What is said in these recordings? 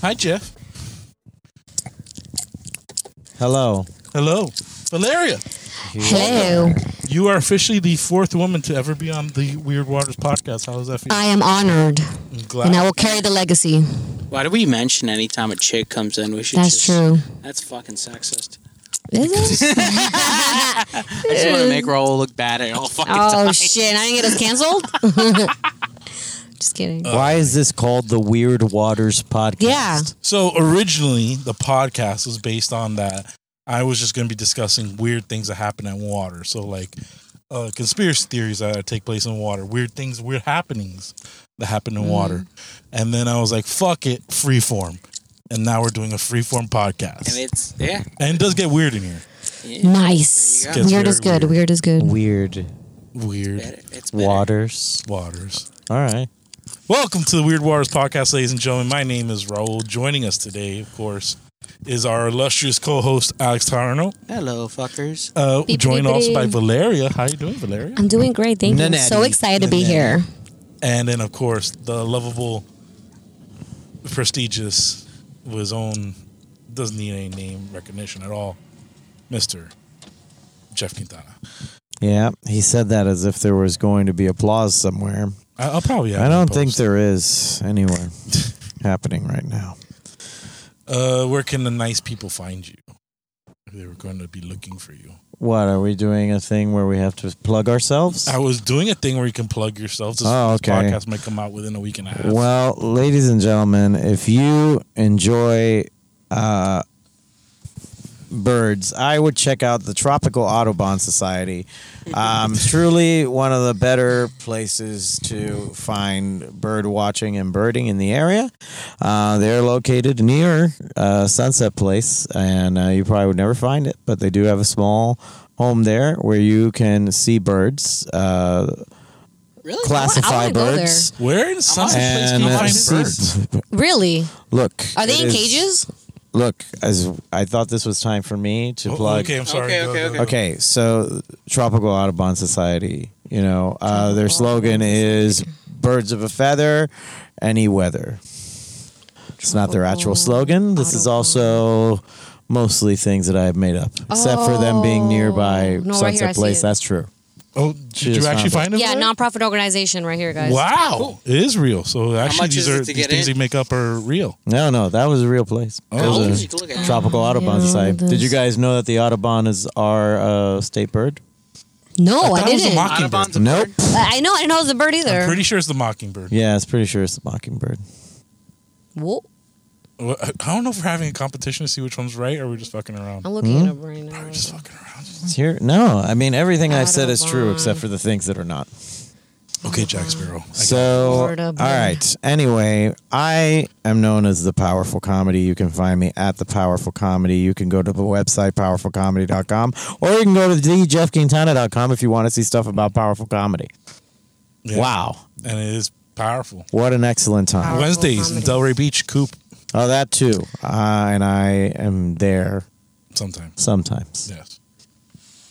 Hi, Jeff. Hello. Hello. Valeria, Hello. you are officially the fourth woman to ever be on the Weird Waters podcast. How does that feel? I am honored, I'm and I glad. will carry the legacy. Why do we mention anytime a chick comes in? We should. That's just, true. That's fucking sexist. Is it? I just want to make Raul look bad at all fucking time. Oh shit! I didn't get us canceled. Just kidding. Why Uh, is this called the Weird Waters podcast? yeah. So originally, the podcast was based on that. I was just going to be discussing weird things that happen in water. So like uh, conspiracy theories that take place in water, weird things, weird happenings that happen in water. And then I was like, fuck it, freeform. And now we're doing a freeform And podcast. it's yeah. And it does get weird in here. yeah. Nice. There you go. Gets Weird is very good. Weird. is good. Weird Weird Better. It's better. Waters. waters. All right. Welcome to the Weird Waters Podcast, ladies and gentlemen. My name is Raul. Joining us today, of course, is our illustrious co-host Alex Tarno, Hello, fuckers. uh, Beep, joined beep, also by beep. Valeria. How you doing, Valeria? I'm doing great. Thank you. I'm so Nanatti. excited to be Nanatti. here. And then, of course, the lovable, prestigious, with his own doesn't need any name recognition at all, Mister Jeff Quintana. Yeah, he said that as if there was going to be applause somewhere. I- I'll probably. have I him don't post. think there is anywhere happening right now. Uh, where can the nice people find you? If They were going to be looking for you. What are we doing? A thing where we have to plug ourselves? I was doing a thing where you can plug yourself. This, Oh, this okay. podcast might come out within a week and a half. Well, ladies and gentlemen, if you enjoy uh, birds, I would check out the Tropical Audubon Society. Um, truly one of the better places to find bird watching and birding in the area. Uh, they're located near uh, Sunset Place, and uh, you probably would never find it, but they do have a small home there where you can see birds, uh, Really? classify go there. birds. Where in some place can And you uh, find see- birds? Really? Look, Are they it in is- cages? Look, as I thought this was time for me to Oh, plug. okay, I'm sorry. Okay, Go, okay, go, okay. go. Okay, so Tropical Audubon Society, you know, uh, their slogan is "Birds of a feather, any weather." It's not their actual slogan. This is also mostly things that I have made up, except for them being nearby Oh, no, right Sunset here, I see Place. it. That's true. Oh, She did you just actually found find them? Yeah, there? nonprofit organization right here, guys. Wow, it is real. So actually, much these is are it to these get things in? they make up are real. No, no, that was a real place. It Oh. was a Look at that. Tropical Audubon yeah, Society. Did this- you guys know that the Audubon is our uh, state bird? No, Oh, I, thought it was a didn't. I mock- Audubon's a Nope. bird. I know. I didn't know it was a bird either. I'm pretty sure it's the mockingbird. Yeah, it's pretty sure it's the mockingbird. Whoa. Well, I I don't know if we're having a competition to see which one's right, or we're just fucking around. I'm looking it up right now. We're just fucking around. It's here. No, I mean everything I've said is true Audubon. except for the things that are not. Okay, Jack Sparrow. I got So, Florida all bird. right. Anyway, I am known as the Powerful Comedy. You can find me at the Powerful Comedy. You can go to the website powerfulcomedy.com or you can go to thejeffquintana.com if you want to see stuff about powerful comedy. it. Yeah. Wow, and it is powerful. what an excellent time! Powerful Wednesdays comedy. in Delray Beach Coop Oh, that too. Uh, and I am there sometimes. sometimes. Yes.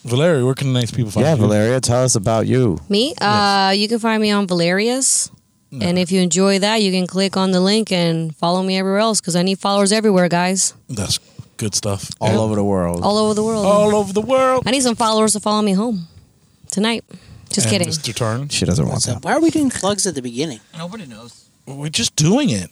Valeria, where can the nice people find Yeah, you? Valeria, tell us about you. Me? Uh, you can find me on Valerius. And if you enjoy that, you can click on the link and follow me everywhere else because I need followers everywhere, guys. That's good stuff. All over the world. All over the world. all over the world. I need some followers to follow me home tonight. Just And kidding. Mr. Tarn. she doesn't want So that. why are we doing plugs at the beginning? We're just doing it.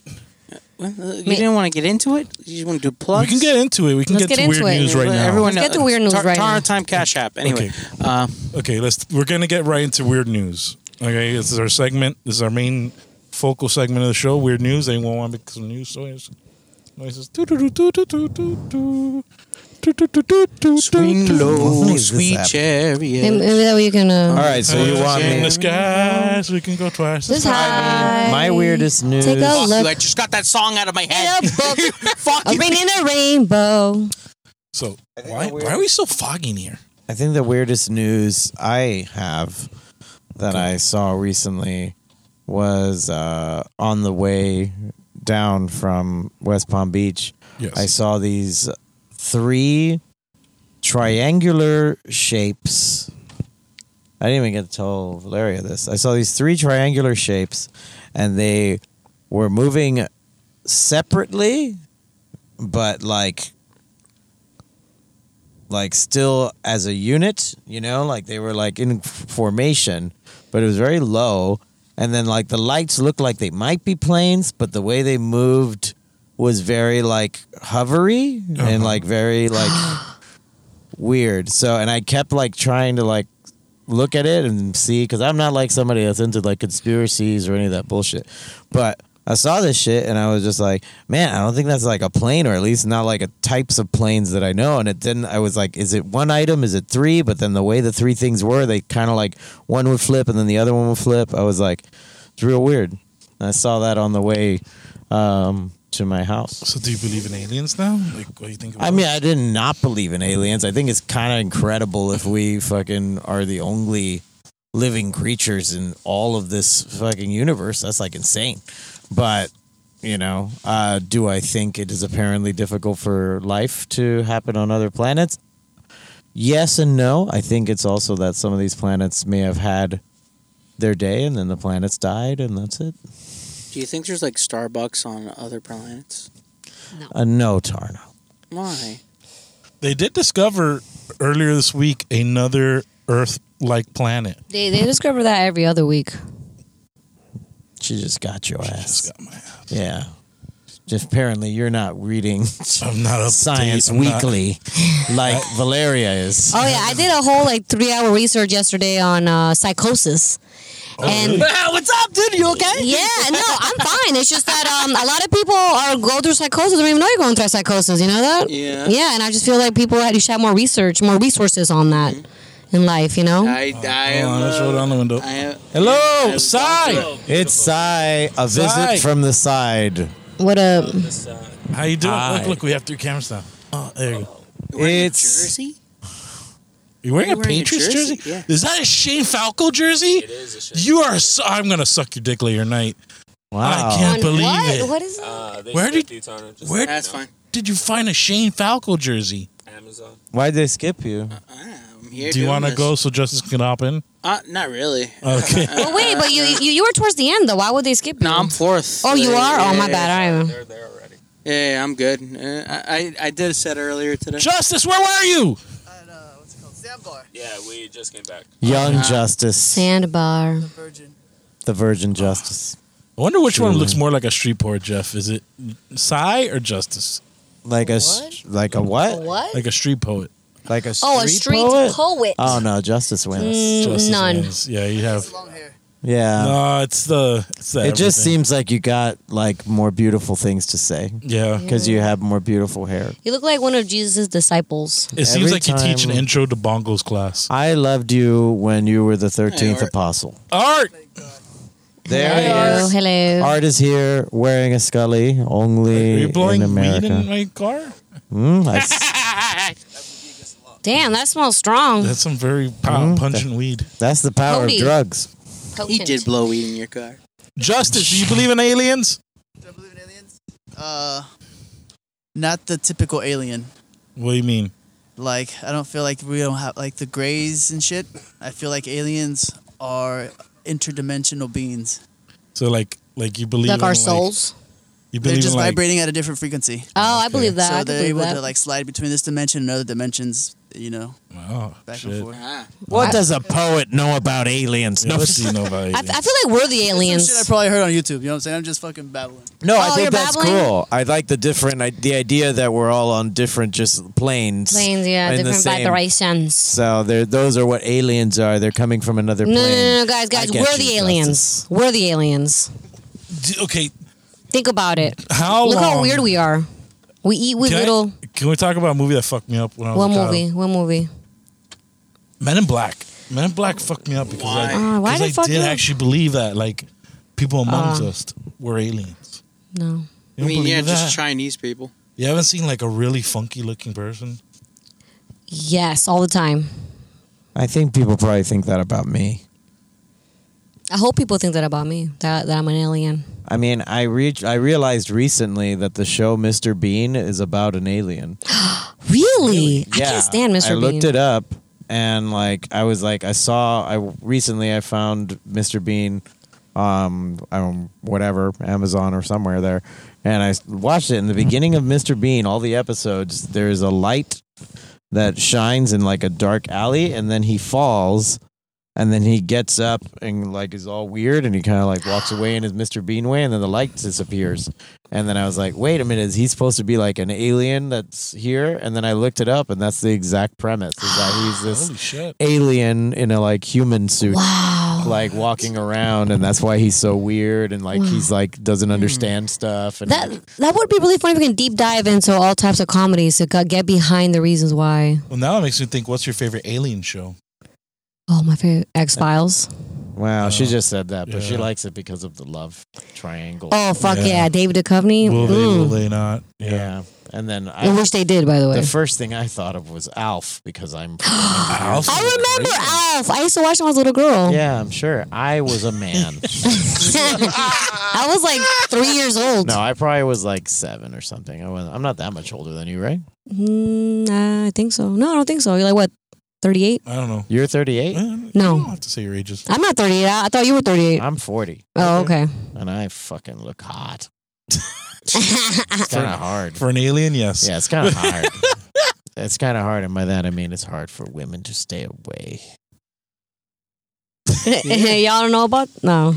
Well, uh, You didn't want to get into it. You just want to do plugs. We can get into it. We can Let's get, get to weird into it. news right Let now. Everyone Let's get know- to weird news Tar- right Tar- now. Time Cash App. Anyway, Okay. uh, Okay, let's. We're gonna get right into weird news. Okay, this is our segment. This is our main focal segment of the show. Weird news. Anyone want to make some news noises? Noises. Swing Swing What low, is this sweet app? Maybe, chariot. maybe that way you can. Uh, All right, so you want in me the sky, so we can go twice. This high. my weirdest news? Take a Fuck look. you, I just got that song out of my head. in a book, Fuck a you. ring in a rainbow. So think why, the weird- why are we so foggy in here? I think the weirdest news I have that I saw recently was uh, on the way down from West Palm Beach. Yes. I saw these three triangular shapes. I didn't even get to tell Valeria this. I saw these three triangular shapes, and they were moving separately, but like like still as a unit, you know, like they were like in f- formation, but it was very low. And then like the lights looked like they might be planes, but the way they moved was very like hovery and like very like weird. So and I kept like trying to like look at it and see because I'm not like somebody that's into like conspiracies or any of that bullshit. But I saw this shit and I was just like, man, I don't think that's like a plane or at least not like a types of planes that I know. And it then I was like, is it one item? Is it three? But then the way the three things were, they kind of like one would flip and then the other one would flip. I was like, it's real weird. And I saw that on the way um, to my house. So do you believe in aliens now? Like, what do you think? About I mean, I did not believe in aliens. I think it's kind of incredible if we fucking are the only living creatures in all of this fucking universe. That's like insane. But, you know, uh, do I think it is apparently difficult for life to happen on other planets? Yes and no. I think it's also that some of these planets may have had their day and then the planets died and that's it. Do you think there's like Starbucks on other planets? Uh, no, Tarno. Why? they did discover earlier this week another Earth-like planet. They they discover that every other week. She just got your ass. Just got my ass. Yeah. Just apparently you're not reading I'm not up to Science date. I'm not- Weekly like Valeria is. Oh yeah, I did a whole like three hour research yesterday on uh, psychosis. and What's up, dude? You okay? yeah, no, I'm fine. It's just that um, a lot of people are go through psychosis. They don't even know you're going through psychosis. You know that? Yeah. Yeah, and I just feel like people had- you should have more research, more resources on that in life. You know. I, I, uh, Hold on, let's roll down the window. I am. Oh, Hello, I'm Psy. also- It's Psy, a visit Psy. from the side. What a How you doing? Hi. Look, look, we have three cameras now. Oh, there you go. You're wearing a It's- Jersey. You wearing You're a wearing a Patriots jersey? jersey? Yeah. Is that a Shane Falco jersey? It is a shame. You are. So, I'm gonna suck your dick later tonight. Wow. I can't believe what? it. What is that? Uh, they Where skipped did- you, Tana, just where- so you That's know. fine. Did you find a Shane Falco jersey? Amazon. Why'd they skip you? I'm here. Do you want to go so Justice can hop in? Uh, not really. Okay. Well, oh, wait, but you, you you were towards the end though. Why would they skip you? No, I'm fourth. oh, you Yeah, are. Oh, yeah, my bad. yeah. I am. They're there already. Yeah, yeah, I'm good. Uh, I, I I did a set earlier today. Justice, where were you? at uh, what's it called Sandbar. Yeah, we just came back. Young Justice, Sandbar. The Virgin. the Virgin Justice. I wonder which one Truly. looks more like a street poor Jeff. Is it Psy or Justice? Like a s- like a what? What? Like a street poet. Like a street, oh, a street poet? poet. Oh no, Justice wins. Mm, Justice none. is- Yeah, you have. It's long hair. Yeah. No, it's the. It's the it just everything. seems like you got like more beautiful things to say Yeah. because you have more beautiful hair. You look like one of Jesus' disciples. It seems Every like you teach an time- intro to Bongo's class. I loved you when you were the 13th Hey, Art. apostle. Art! Thank God. There he hello, is. hello. Art is here wearing a Scully Are only you blowing in weed America. in my car? Mm, I s- Damn, that smells strong. That's some very pow- Mm. pungent weed. that's the power Cody. of drugs. He did blow weed in your car. Justice, do you believe in aliens? Do I believe in aliens? Uh, not the typical alien. What do you mean? Like I don't feel like we don't have like the grays and shit. I feel like aliens are interdimensional beings. So like, like you believe Like in, our souls. you believe They're just in, like, vibrating at a different frequency, oh, I believe that. I can so they're believe able that. to like slide between this dimension and other dimensions. You know, Oh, back shit. and forth. Ah, What does a poet know about aliens? Yeah, No, what do you know about I, aliens? I feel like we're the Some shit I aliens. probably heard on YouTube. You know what I'm saying? I'm just fucking babbling. no, I Oh, think you're that's babbling? cool. I like the different, I, the idea that we're all on different just planes. Planes, yeah, in the different same- vibrations. So they're, those are what aliens are. They're coming from another No, plane. no, no, no, guys, I guys, get we're you, the aliens. Justice. We're the aliens. D- okay, Think about it. how Look long? how weird we are. We eat with Can I- little. can we talk about a movie that fucked me up when I was What a child? movie? What movie? Men in Black. Men in Black fucked me up because I, Why? Uh, why because the I fuck did you- Ah. actually believe that like people amongst us were aliens. No. I You don't mean, yeah, believe that? just Chinese people. You haven't seen like a really funky looking person. Yes, all the time. I think people probably think that about me. I hope people think that about me. That that I'm an alien. I mean, I re- I realized recently that the show Mr. Bean is about an alien. Really? I Yeah. can't stand Mr. I Bean. looked it up and like I was like I saw I recently I found Mr. Bean um, um, whatever, Amazon or somewhere there. And I s- watched it in the Hmm. beginning of Mr. Bean, all the episodes, there's a light that shines in like a dark alley, and then he falls. And then he gets up and like is all weird, and he kind of like walks away in his Mr. Bean way, and then the light disappears. And then I was like, "Wait a minute, is he supposed to be like an alien that's here?" And then I looked it up, and that's the exact premise: is that he's this Holy shit. alien in a like human suit Wow. like walking around and that's why he's so weird and like he's like Hmm. doesn't understand stuff and That that would be really fun if we can deep dive into all types of comedies to go- get behind the reasons why. Well, now it makes me think. What's your favorite alien show? Oh, my favorite X Files. wow she Uh, just said that but she yeah. likes it because of the love triangle Oh fuck Yeah. yeah, David Duchovny. Will they? Will Mm. they not? yeah. and then I I, wish they did, by the way. the first thing I thought of was Alf because I'm Alf? I remember Alf. I used to watch him as a little girl. yeah I'm sure I was a man I was like three years old. no I probably was like seven or something I was I'm not that much older than you right Mm, uh, I think so. No, I don't think so. You're like what, 38? I don't know. you're 38 Eh, you No. don't have to say your ages. I'm not 38. I, I thought you were 38. I'm 40 oh, okay. and I fucking look hot it's kind of hard For an alien, yes. Yeah, it's kind of hard. it's kind of hard, and by that I mean it's hard for women to stay away. Y'all don't know about? No.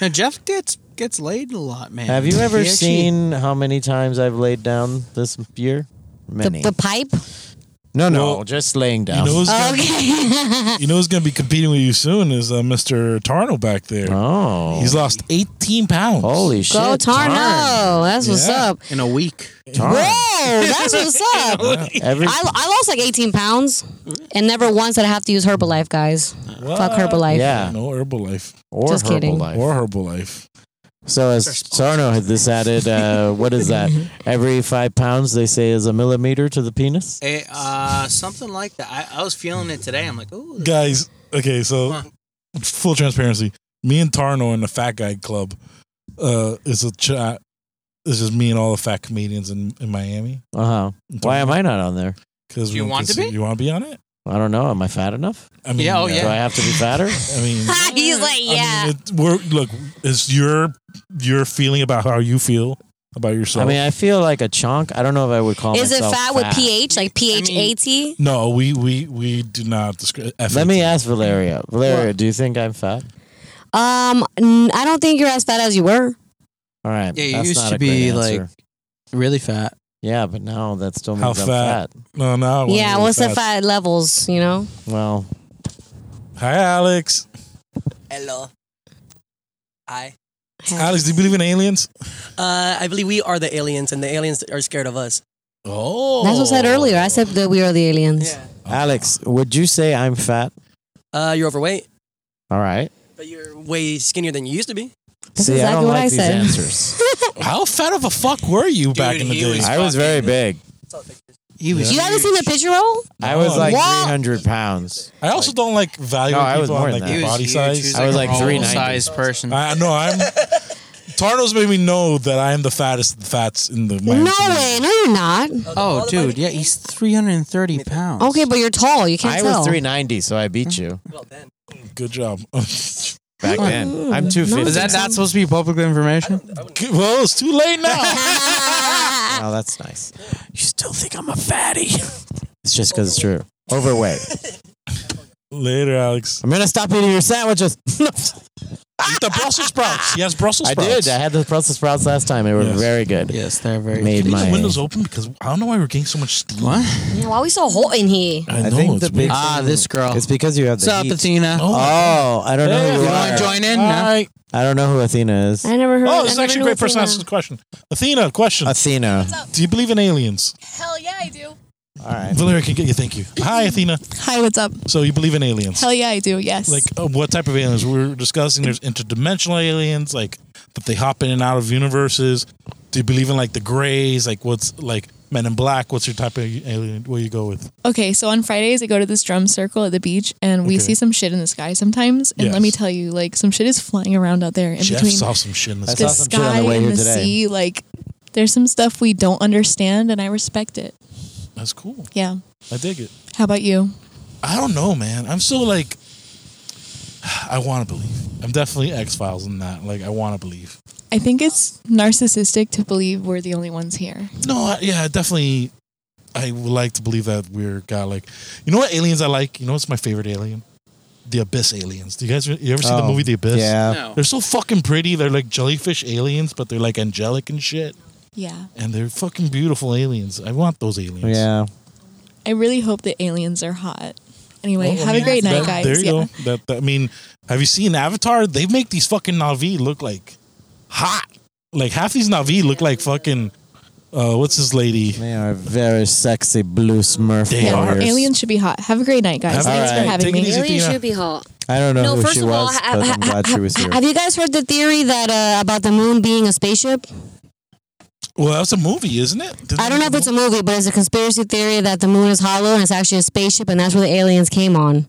Now, Jeff gets gets laid a lot, man. Have you ever He actually- seen how many times I've laid down this year? The, Many. the pipe? no, no, Well, just laying You down. know, who's gonna, Okay. you know who's going to be competing with you soon is uh, Mr. Tarno back there. oh, He's lost 18 pounds. holy shit! Go Tarno. That's what's Yeah. up. in a week? Tarn. Whoa, Oh, that's what's up. I, Every I lost like 18 pounds and never once did I have to use Herbalife, guys. What? Fuck Herbalife. yeah, No Herbalife. or Just herbal kidding. life. Or Herbalife. so as Tarno had this added, uh, what is that? Every five pounds they say is a millimeter to the penis. Eh, uh, something like that. I, I was feeling it today. I'm like, ooh, Guys, okay, so Huh. full transparency. Me and Tarno in the Fat Guy Club uh, is a chat. It's just me and all the fat comedians in, in Miami. Uh huh. Why am I not on there? Because You want to be? You want to be on it? I don't know. Am I fat enough? I mean, Yeah, oh, Do yeah. I have to be fatter? I mean, He's like, I mean, yeah. it- we're, look, it's your your feeling about how you feel about yourself. I mean, I feel like a chunk. I don't know if I would call Is it myself fat with pH? Like PHAT? no, we we we do not discriminate. Let me ask Valeria. Valeria, do you think I'm fat? Um, n- I don't think you're as fat as you were. All right. Yeah, you that's used not to a great be, answer. like- really fat. Yeah, but now that still How means I'm fat? fat. No, no. I yeah, wasn't what's the fat. fat levels, you know? Well, Hi, Alex. Hello. Hi. Alex, do you believe in aliens? Uh, I believe we are the aliens, and the aliens are scared of us. Oh, That's what I said earlier. I said that we are the aliens. Alex, would you say I'm fat? Uh, you're overweight, All right. but you're way skinnier than you used to be. That's See, I exactly don't what like I these said. answers. How fat of a fuck were you back in the he day? was- I was very big. It's all pictures. He was. You haven't seen the picture roll? I was like Wow. 300 pounds. I also don't like value No, I was people more on than like that. their He body size. I was like three 390. size person. Uh, I know I'm. Tarno's made me know that I am the fattest of the fats in the. Miami No community. way. No, you're not. oh, dude, yeah, he's 330 pounds. Okay, but you're tall. You can't I tell. was 390, so I beat you Well, then. Good job. back then. I'm is 250. that not supposed to be public information? well, it's too late now. Oh, that's nice. You still think I'm a fatty? It's just because it's true. Overweight. Later, Alex. I'm going to stop eating your sandwiches. Eat the Brussels sprouts. Yes, Brussels I sprouts. did. I had the Brussels sprouts last time. They were Yes. very good. Yes, they're very. Made Leave my the windows open because I don't know why we're getting so much steam. What? Yeah, why are we so hot in here? I, know think it's the big- weird. Ah, this girl. It's because you have the What's up, heat. Athena? Oh, Oh, I don't know. Who you you want are. to join in? No? Hi. I don't know who Athena is. I never heard. Oh, I this is never actually a knew great person Athena. asking the question. Athena, question. Athena. Do you believe in aliens? Hell yeah, I do. All right. Valeria can get you. Thank you. Hi, Athena. Hi, what's up? So you believe in aliens? Hell yeah, I do. Yes. Like uh, what type of aliens we were discussing? There's interdimensional aliens, like that they hop in and out of universes. Do you believe in like the Greys? Like what's like Men in Black? What's your type of alien? What you go with? okay, so on Fridays I go to this drum circle at the beach, and we Okay. see some shit in the sky sometimes. And Yes. let me tell you, like some shit is flying around out there in Jeff between saw some shit in this. That's- the saw some shit on sky the way and here the today. sea. Like there's some stuff we don't understand, and I respect it. That's cool. Yeah. I dig it. How about you? I don't know, man. I'm so like I want to believe. I'm definitely X Files in that. Like, I want to believe. I think it's narcissistic to believe we're the only ones here. No, I, yeah, definitely. I would like to believe that we're got like, you know what aliens I like. You know what's my favorite alien? The Abyss aliens. Do you guys you ever see the Oh, movie The Abyss? Yeah. No. They're so fucking pretty. They're like jellyfish aliens, but they're like angelic and shit. Yeah. And they're fucking beautiful aliens. I want those aliens. Yeah. I really hope the aliens are hot. Anyway, Well, Oh, I have a mean, great night, that- guys. There you yeah. go. That, that- I mean, have you seen Avatar? They make these fucking Navi look like hot. Like half these Navi look like fucking. Uh, what's this lady? They are very sexy blue smurf They Yeah, are. warriors. aliens should be hot. Have a great night, guys. Have a Thanks great for night. having Take it me. easy. Alien Tina? should be hot. I don't know No, who first she of all, was, ha- but ha- I'm glad ha- she was here. have you guys heard the theory that uh, about the moon being a spaceship? Well, that's a movie, isn't it? Didn't I don't know if it's a movie, but it's a conspiracy theory that the moon is hollow and it's actually a spaceship, and that's where the aliens came on.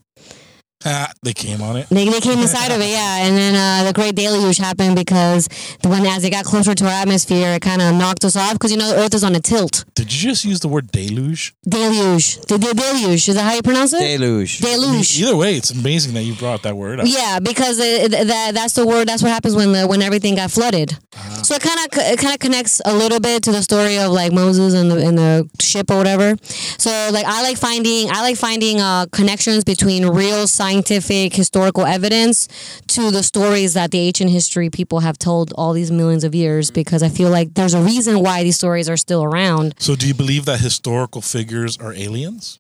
Ah, they came on it. They, they came inside of it, yeah. And then uh, the Great Deluge happened because the when as it got closer to our atmosphere, it kind of knocked us off because you know the Earth is on a tilt. Did you just use the word deluge? Deluge, the, the deluge. Is that how you pronounce it? Deluge. I mean, Deluge. either way, it's amazing that you brought that word up. Yeah, because it, th- that that's the word. That's what happens when the when everything got flooded. So it kind of it kind of connects a little bit to the story of like Moses and the and the ship or whatever. So like I like finding I like finding uh, connections between real scientific historical evidence to the stories that the ancient history people have told all these millions of years because I feel like there's a reason why these stories are still around. So, do you believe that historical figures are aliens?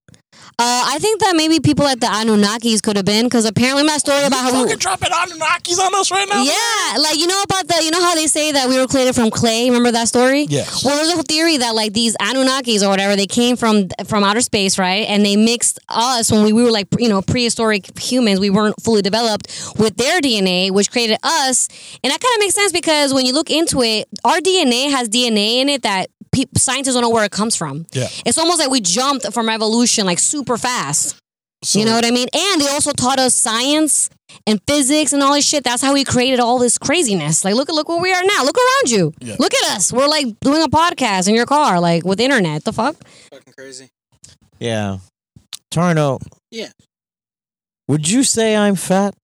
Uh, I think that maybe people at the Anunnakis could have been because apparently my story about how we, Fucking dropping Anunnakis on us right now. Yeah, like you know about the you know how they say that we were created from clay. Remember that story? Yes. Well, there's a theory that like these Anunnakis or whatever they came from from outer space, right? And they mixed us when we, we were like you know prehistoric humans. We weren't fully developed with their DNA, which created us. And that kind of makes sense because when you look into it, our DNA has DNA in it that. pe- Scientists don't know where it comes from. Yeah. It's almost like we jumped from evolution like super fast So, you know what I mean? And they also taught us science and physics and all this shit. That's how we created all this craziness. Like, look at look where we are now. Look around you. Yeah. Look at us. We're like doing a podcast in your car, like with internet. The fuck? Fucking crazy. Yeah. Torno. Yeah. Would you say I'm fat?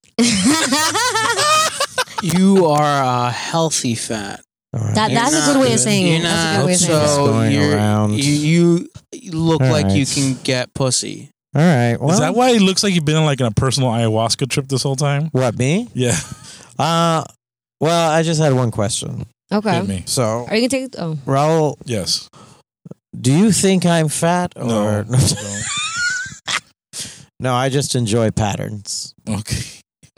that You are a healthy fat. All right. That- that's a good way of saying it. you're That's a good not- way of saying it. It's so going you're- around. You, you look All like you right. can get pussy. All right. Well, is that why it looks like you've been on like on a personal ayahuasca trip this whole time? what me? Yeah, Uh, well, I just had one question. okay. hit me. So, Are you gonna take? Oh, Raul, Yes. do you think I'm fat Oh, or No. Don't. No, I just enjoy patterns. Okay.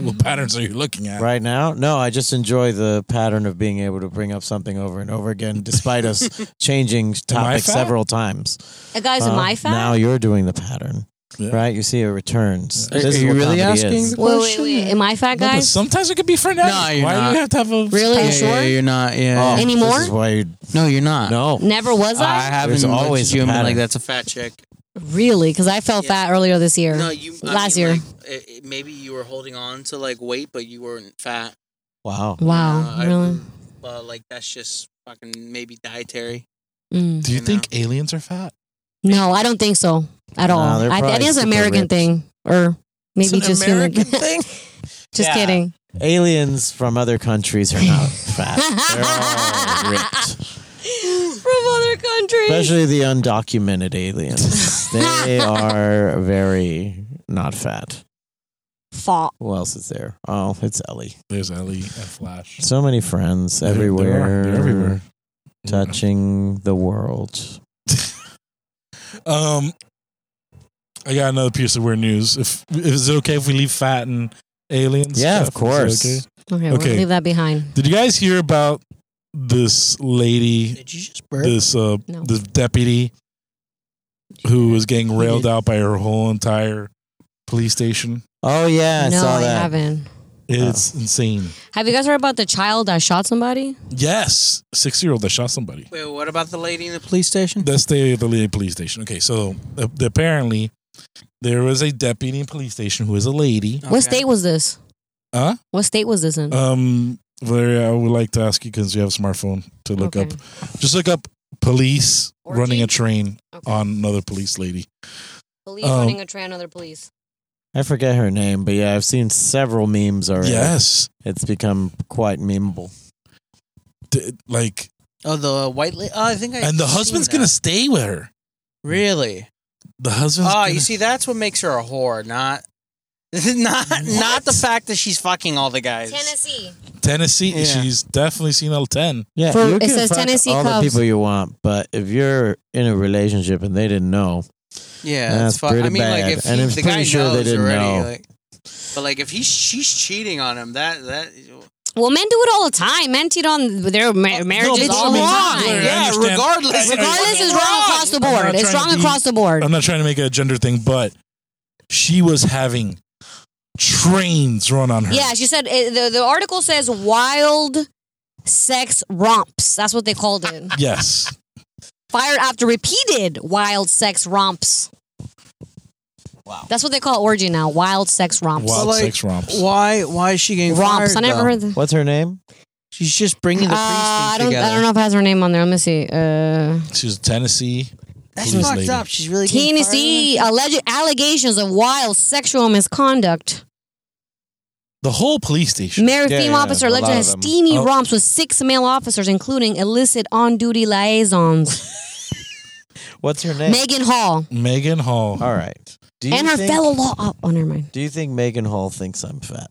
What Mm. patterns are you looking at? Right now? No, I just enjoy the pattern of being able to bring up something over and over again despite us changing topics fat? several times. a guy's Uh, in my fat. Now you're doing the pattern, Yeah. right? You see it returns. Are- This are is you what really comedy asking is. the wait, wait, question? wait. Am I fat, No, but guys? sometimes it could be for now. No, you're Why do not. you have to have a Really? Are you yeah, sure? Oh. yeah, you're not. Yeah. Oh, this Anymore? is why you no, you're Uh, not. no. Never was I I, haven't There's always always a you and been pattern. like that's a fat chick. really because I felt fat earlier this year. No, you I Last mean, year. like, it- it- maybe you were holding on to like weight, but you weren't fat. Wow. wow, Uh, I- really? uh, like that's just fucking maybe dietary. Mm. Do you No. think aliens are fat? No, I don't think so at No, all. they're I, I think it's probably an super American ripped. thing, or maybe it's an just human. American thing. just Yeah. kidding. Aliens from other countries are not fat. They're all ripped. from other countries. Especially the undocumented aliens. They are very not fat. Fault. Who else is there? Oh, it's Ellie. There's Ellie and Flash. So many friends There- there are. They're everywhere. everywhere. Mm. Touching the world. Um, I got another piece of weird news. If is it okay if we leave fat and aliens? Yeah, of Is it course. okay? Okay, Okay. we'll leave that behind. Did you guys hear about this lady, Did you just burp? this uh, No. this deputy who was getting railed out by her whole entire police station? Oh yeah, I no, saw I that. haven't. It's insane. Have you guys heard about the child that shot somebody? Yes, six year old that shot somebody. Wait, what about the lady in the police station? That's the the lady police station. Okay, so uh, apparently there was a deputy in police station who is a lady. What Okay. state was this? Huh? What state was this Uh, in? Um, Valeria, I would like to ask you because you have a smartphone to look Okay. up. Just look up police Orgy? running a train Okay. on another police lady. police um, running a train, other police. I forget her name, but yeah, I've seen several memes already. Yes. It's become quite memeable. D- like, Oh, the white. La- oh, I think I. and the husband's gonna stay with her. really. The husband's. Oh, gonna, you see, that's what makes her a whore, not not not the fact that she's fucking all the guys. Tennessee. Tennessee. Yeah. She's definitely seen all ten. Yeah, For- you it can says fuck Tennessee all Cubs. the people you want, but if you're in a relationship and they didn't know, Yeah, That's that's fu- I pretty mean, bad. like if And he, I'm the pretty guy sure they knows didn't already, know. like, but like if he she's cheating on him, that that Well, men do it all the time. Men cheat on their ma- marriages but all the it's wrong. time. Yeah, I yeah, understand. regardless, Regardless, it's wrong across the I'm not board. It's trying to wrong be- across the board. I'm not trying to make it a gender thing, but she was having trains run on her. Yeah, she said it, the the article says wild sex romps. That's what they called it. Yes. Fired after repeated wild sex romps. Wow. That's what they call orgy now. Wild sex romps. Wild like, sex romps. Why? Why is she getting romps. I never heard. The, what's her name? She's just bringing uh, I don't. I don't know if it has her name on there. Let me see. Uh, She's a Tennessee. That's Please, fucked lady. up. She's really getting Tennessee alleged allegations of wild sexual misconduct. The whole police station. Married Yeah, female yeah, officer a alleged lot to have of them. steamy Oh. romps with six male officers, including illicit on-duty liaisons. What's her name? Megan Hall Megan Hall. All right. Do you and her think, fellow law. Oh, oh, never mind. Do you think Megan Hall thinks I'm fat?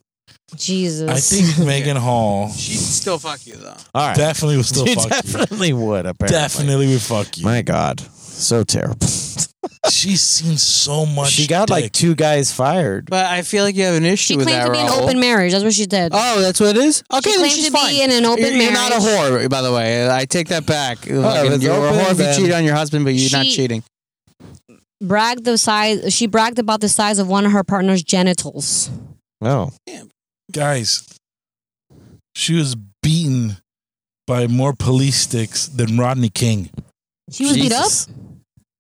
Jesus. I think Megan Hall She'd still fuck you though. All right. definitely would still She fuck you. definitely would. Apparently, Definitely would fuck you. My God, so terrible. She's seen so much. she got like dick. two guys fired. But I feel like you have an issue She with claimed that. to be an Raoul. open marriage. That's what she did. Oh, that's what it is. Okay, then claimed she's to be fine. in an open you're, You're not a marriage. whore, by the way. I take that back. if Fucking- it's you're open, a whore then- Oh, if you cheat on your husband, but you're not She- cheating. bragged the size. She bragged about the size of one of her partner's genitals. Oh, guys. She was beaten by more police sticks than Rodney King. She was Jesus. beat up.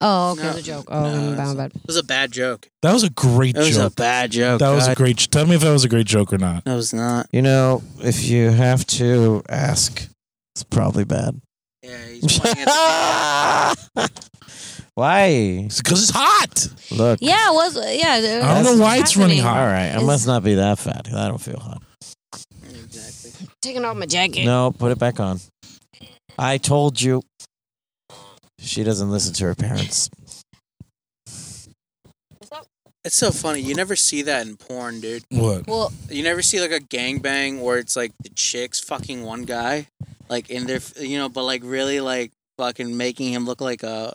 Oh, okay, No. it was a joke. Oh, No, I'm it's- bad, bad. It was a bad joke. That was a great That was joke. a bad joke. that was a God. great. Tell me if that was a great joke or not. That was not. you know, if you have to ask, it's probably bad. Yeah, he's playing at Why? Because it's hot. Look. Yeah, it was. Yeah, it I don't was know why it's running happening. All hot. right. I must not be that fat. I don't feel hot. the exactly. Taking off my jacket. No, put it back on. I told you. She doesn't listen to her parents. It's so funny. You never see that in porn, dude. What? Well, You never see like a gangbang where it's like the chicks fucking one guy, like in their, you know, but like really like fucking making him look like a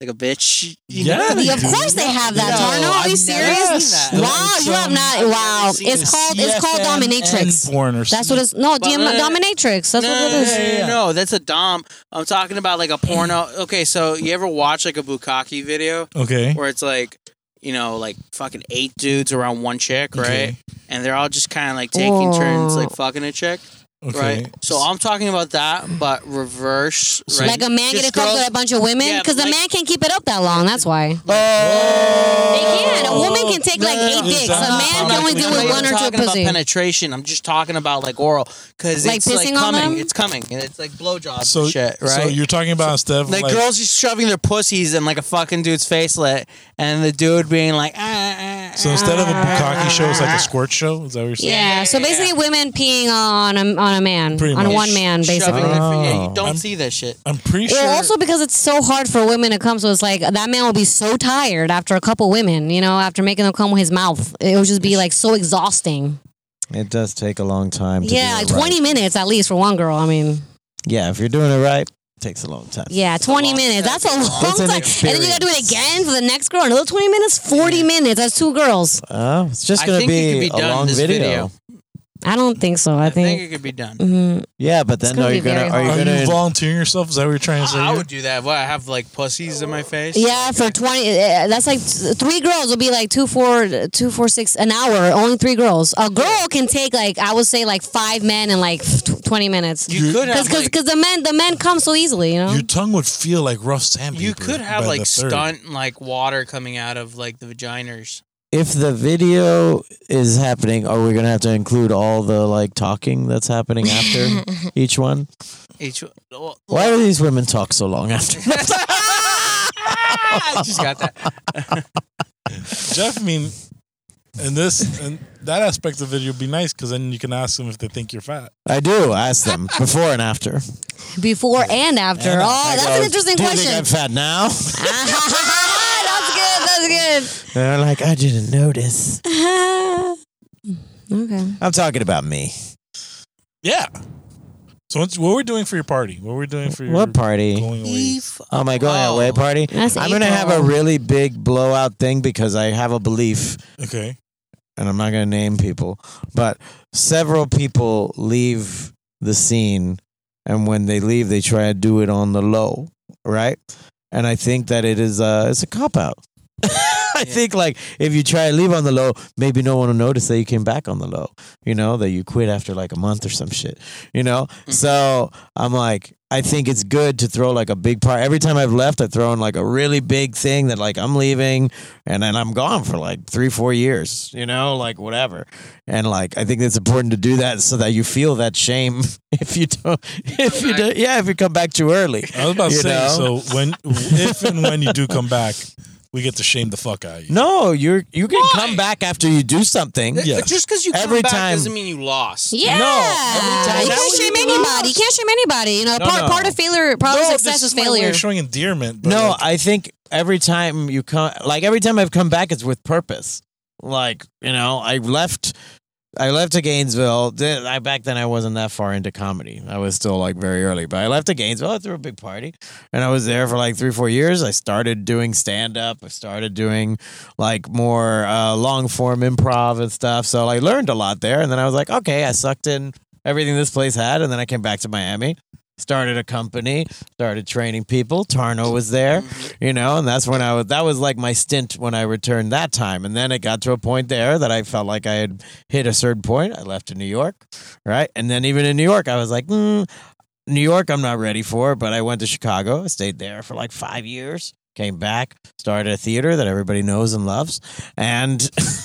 like a bitch. you know? Yeah, the- of dude. course they have that. No, Tarno, are I've you never serious? seen that. Wow, It's, you have um, not. Wow, seen it's it. called it's called CFN dominatrix. and porn or That's what it's no But DM, no, no, no. dominatrix. That's no, what it is. No, no, no, no, that's a dom. I'm talking about like a porno. Okay, so you ever watch like a bukkake video Okay. where it's like, you know, like fucking eight dudes around one chick, right? Okay. And they're all just kind of like taking turns, like fucking a chick, Okay. right? So I'm talking about that, but reverse, right? Like a man Just get a couple girls- with a bunch of women Yeah, because the like- man can't keep it up that long. That's why. Oh. They can. A woman can take like eight dicks. Oh. A I'm man not can only gonna deal do it. with I'm not one even or two talking about pussy. penetration. I'm just talking about like oral because Like it's pissing like on coming. them? It's coming. and It's like blowjobs So so, shit, right? So you're talking about stuff like, like, girls just shoving their pussies in like a fucking dude's face lit, and the dude being like, ah, ah, So instead of a bukkake show, it's like a squirt show. Is that what you're saying? Yeah. So basically, women peeing on a on a man, Pretty on much. one man, basically. Shoving their fa- yeah, Oh. you don't I'm- see this shit. I'm pretty sure. Well, also because it's so hard for women to come, so it's like that man will be so tired after a couple women, you know, after making them come with his mouth, it would just be like so exhausting. It does take a long time. To do Yeah, it like twenty right. minutes at least for one girl. I mean, Yeah, if you're doing it right, it takes a long time. yeah, twenty long minutes. time. That's a long an time, and then you gotta do it experience. again for the next girl. Another twenty minutes, forty minutes. That's two girls. Oh, it's just I gonna think it be, could be a done in long this video. video. I don't think so. I, I think think. it could be done. Mhm. Yeah, but then gonna are be you gonna very are you are gonna you volunteering yourself? Is that what you're trying to say? I, I here? would do that. What I have like pussies in my face. Mm-hmm. Yeah, for twenty, uh, that's like th- three girls will be like two, four, two, four, six an hour. Only three girls. A girl can take like I would say like five men in like tw- twenty minutes. you could have Because like, the men the men come so easily, you know. Your tongue would feel like rough sandpaper. you could have by like the third. stunt like water coming out of like the vaginas. if the video is happening, are we gonna have to include all the like talking that's happening after each one? Each, well, Why do these women talk so long after? I just got that. Jeff, I mean, And this and that aspect of it would be nice because then you can ask them if they think you're fat. I do ask them before and after. Before and after. And oh, I that's go, an interesting do You think question. I'm fat now? that's good. That's And they're like, I didn't notice. good. okay. I'm talking about me. Yeah. So what's, what we're doing for your party? What we're doing for your What party? going away? Oh my going away party. That's I'm gonna have a April. really big blowout thing because I have a belief, Okay. and I'm not gonna name people, but several people leave the scene, and when they leave, they try to do it on the low, right? And I think that it is a it's a cop out. I think like if you try to leave on the low, maybe no one will notice that you came back on the low. You know that you quit after like a month or some shit. You know, so I'm like, I think it's good to throw like a big part. Every time I've left, I throw in like a really big thing that like I'm leaving, and then I'm gone for like three, four years. You know, like whatever. And like I think it's important to do that so that you feel that shame if you don't, if you do, yeah, if you come back too early. I was about to You say know? so when if and when you do come back, we get to shame the fuck out of you. No, you're you can come back after you do something. Yes. Just because you come Every back time- doesn't mean you lost. Yeah. time- you That's can't shame what you anybody. You can't shame anybody. You know, No, part, no. part of failure, part of No, success this is my way of failure. showing endearment. But No, like, I think every time you come, like every time I've come back, it's with purpose. Like you know, I left, I left to Gainesville. Th- I back then I wasn't that far into comedy. I was still like very early, but I left to Gainesville. I threw a big party, and I was there for like three, four years. I started doing stand up. I started doing like more uh, long form improv and stuff. So I learned a lot there, and then I was like, okay, I sucked in everything this place had, and then I came back to Miami. Started a company, started training people. Tarno was there, you know, and that's when I was. That was like my stint when I returned that time, and then it got to a point there that I felt like I had hit a certain point. I left to New York, right, and then even in New York, I was like, mm, New York, I'm not ready for, but I went to Chicago. I stayed there for like five years. Came back, started a theater that everybody knows and loves, and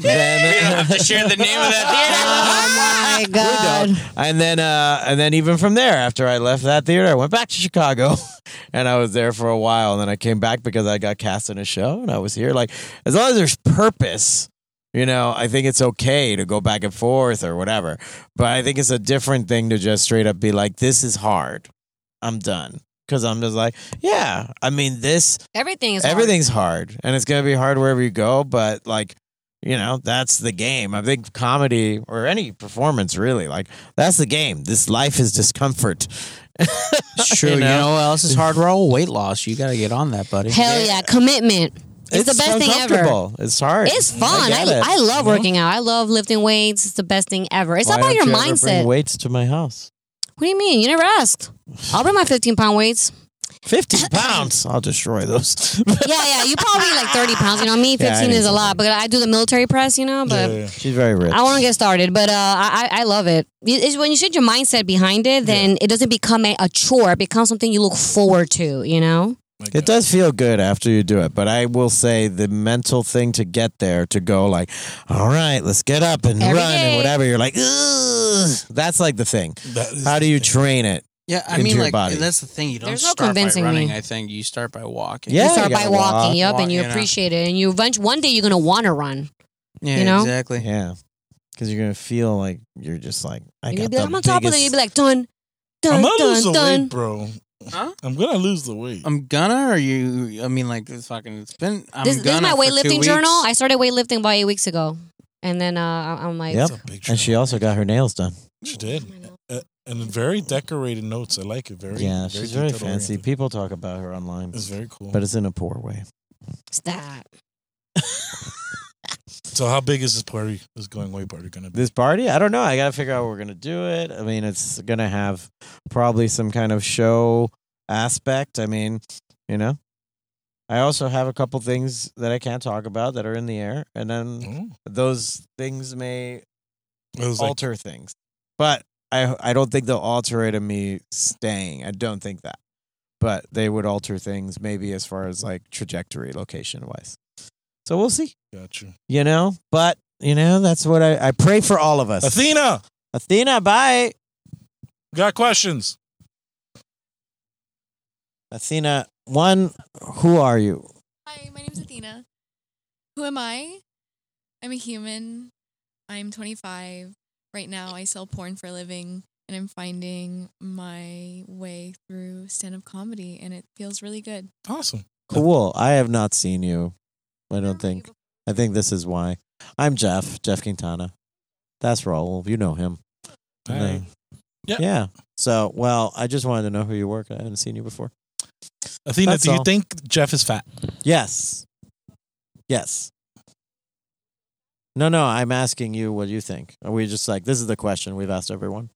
then You don't have to share the name of that Oh my we God. don't. And then uh, and then even from there, after I left that theater, I went back to Chicago, and I was there for a while. And then I came back because I got cast in a show, and I was here. Like as long as there's purpose, you know, I think it's okay to go back and forth or whatever. But I think it's a different thing to just straight up be like, "This is hard. I'm done." Because I'm just like, yeah. I mean, this Everything is everything's hard. and it's gonna be hard wherever you go but like you know that's the game i think comedy or any performance really like that's the game this life is discomfort theater. Sure. You know? what else is hard roll? Weight loss. You gotta get on that, buddy. hard. Hell yeah. Commitment. It's, the best thing ever. uncomfortable. it's hard It's fun. I, get it. I, love You know? working out. I love lifting weights. It's the best thing ever. It's Why about don't your you ever mindset. bring weights to my house What do you mean? You never asked. I'll bring my 15 pound weights. 15 pounds i'll destroy those Yeah, yeah. You probably like 30 pounds. You know, me, Yeah, I 15 need is a to- lot, but I do the military press, you know, yeah, but. yeah. she's very rich I want to get started, but uh, I I I love it. It- It's when you shift your mindset behind it, then it doesn't become a, a chore. It becomes something you look forward to. You know. Like, It does feel good after you do it, but I will say the mental thing to get there to go like, all right, let's get up and Every run and day. whatever. You're like, Ugh. that's like the thing. That is How do the you thing. train it? Yeah, I into mean, your like body. that's the thing. You don't There's no start by convincing running. me. I think you start by walking. Yeah, you start you by gotta walking. walk, Yep, walk, and you you know. appreciate it, and you eventually one day you're gonna want to run. yeah, you know? exactly. Yeah, because you're gonna feel like you're just like I And got you'll be the like, I'm on top of it. biggest- You'll be like, done, I'm done, gonna lose done, the done. weight, bro. Huh? I'm gonna lose the weight. I'm gonna, or you? I mean, like it's fucking. It's been. I'm This, this gonna is my for two weightlifting weeks. journal. I started weightlifting about eight weeks ago, and then uh, I- I'm like, That's Yep. a big and challenge. she also got her nails done. She did. Uh, and very decorated notes. I like it. Very yeah, she's very detail fancy. oriented. People talk about her online, It's very cool. but it's in a poor way. stop. so how big is this party? This going away party gonna be? this party i don't know i gotta figure out we're gonna do it i mean it's gonna have probably some kind of show aspect i mean you know i also have a couple things that i can't talk about that are in the air and then Oh, those things may it was like, alter things but i i don't think they'll alter it in me staying i don't think that but they would alter things maybe as far as like trajectory location wise so we'll see got you, you know but you know that's what i, I pray for all of us Athena. Athena, bye. Got questions? Athena, one, who are you? Hi, my name's Athena. Who am I? I'm a human. I'm 25. Right now, I sell porn for a living, and I'm finding my way through stand up comedy, and it feels really good. Awesome. Cool. I have not seen you. I don't think. I think this is why. I'm Jeff, Jeff Quintana. That's Raul. You know him. All And, uh, right. Yeah. Yeah. So, well, I just wanted to know who you work. I haven't seen you before. Athena, That's do you all. think Jeff is fat? Yes. Yes. No, no, I'm asking you what you think. Are we just like, this is the question we've asked everyone?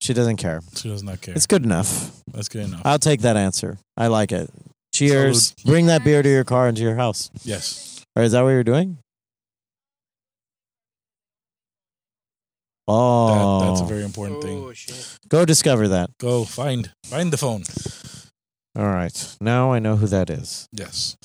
She doesn't care. She does not care. It's good enough. That's good enough. I'll take that answer. I like it. Cheers. Bring that beer to your car and to your house. yes. Or is that what you're doing? That, Oh, That's a very important thing. Oh shit! go discover that. Go find find the phone. All right. Now I know who that is. Yes.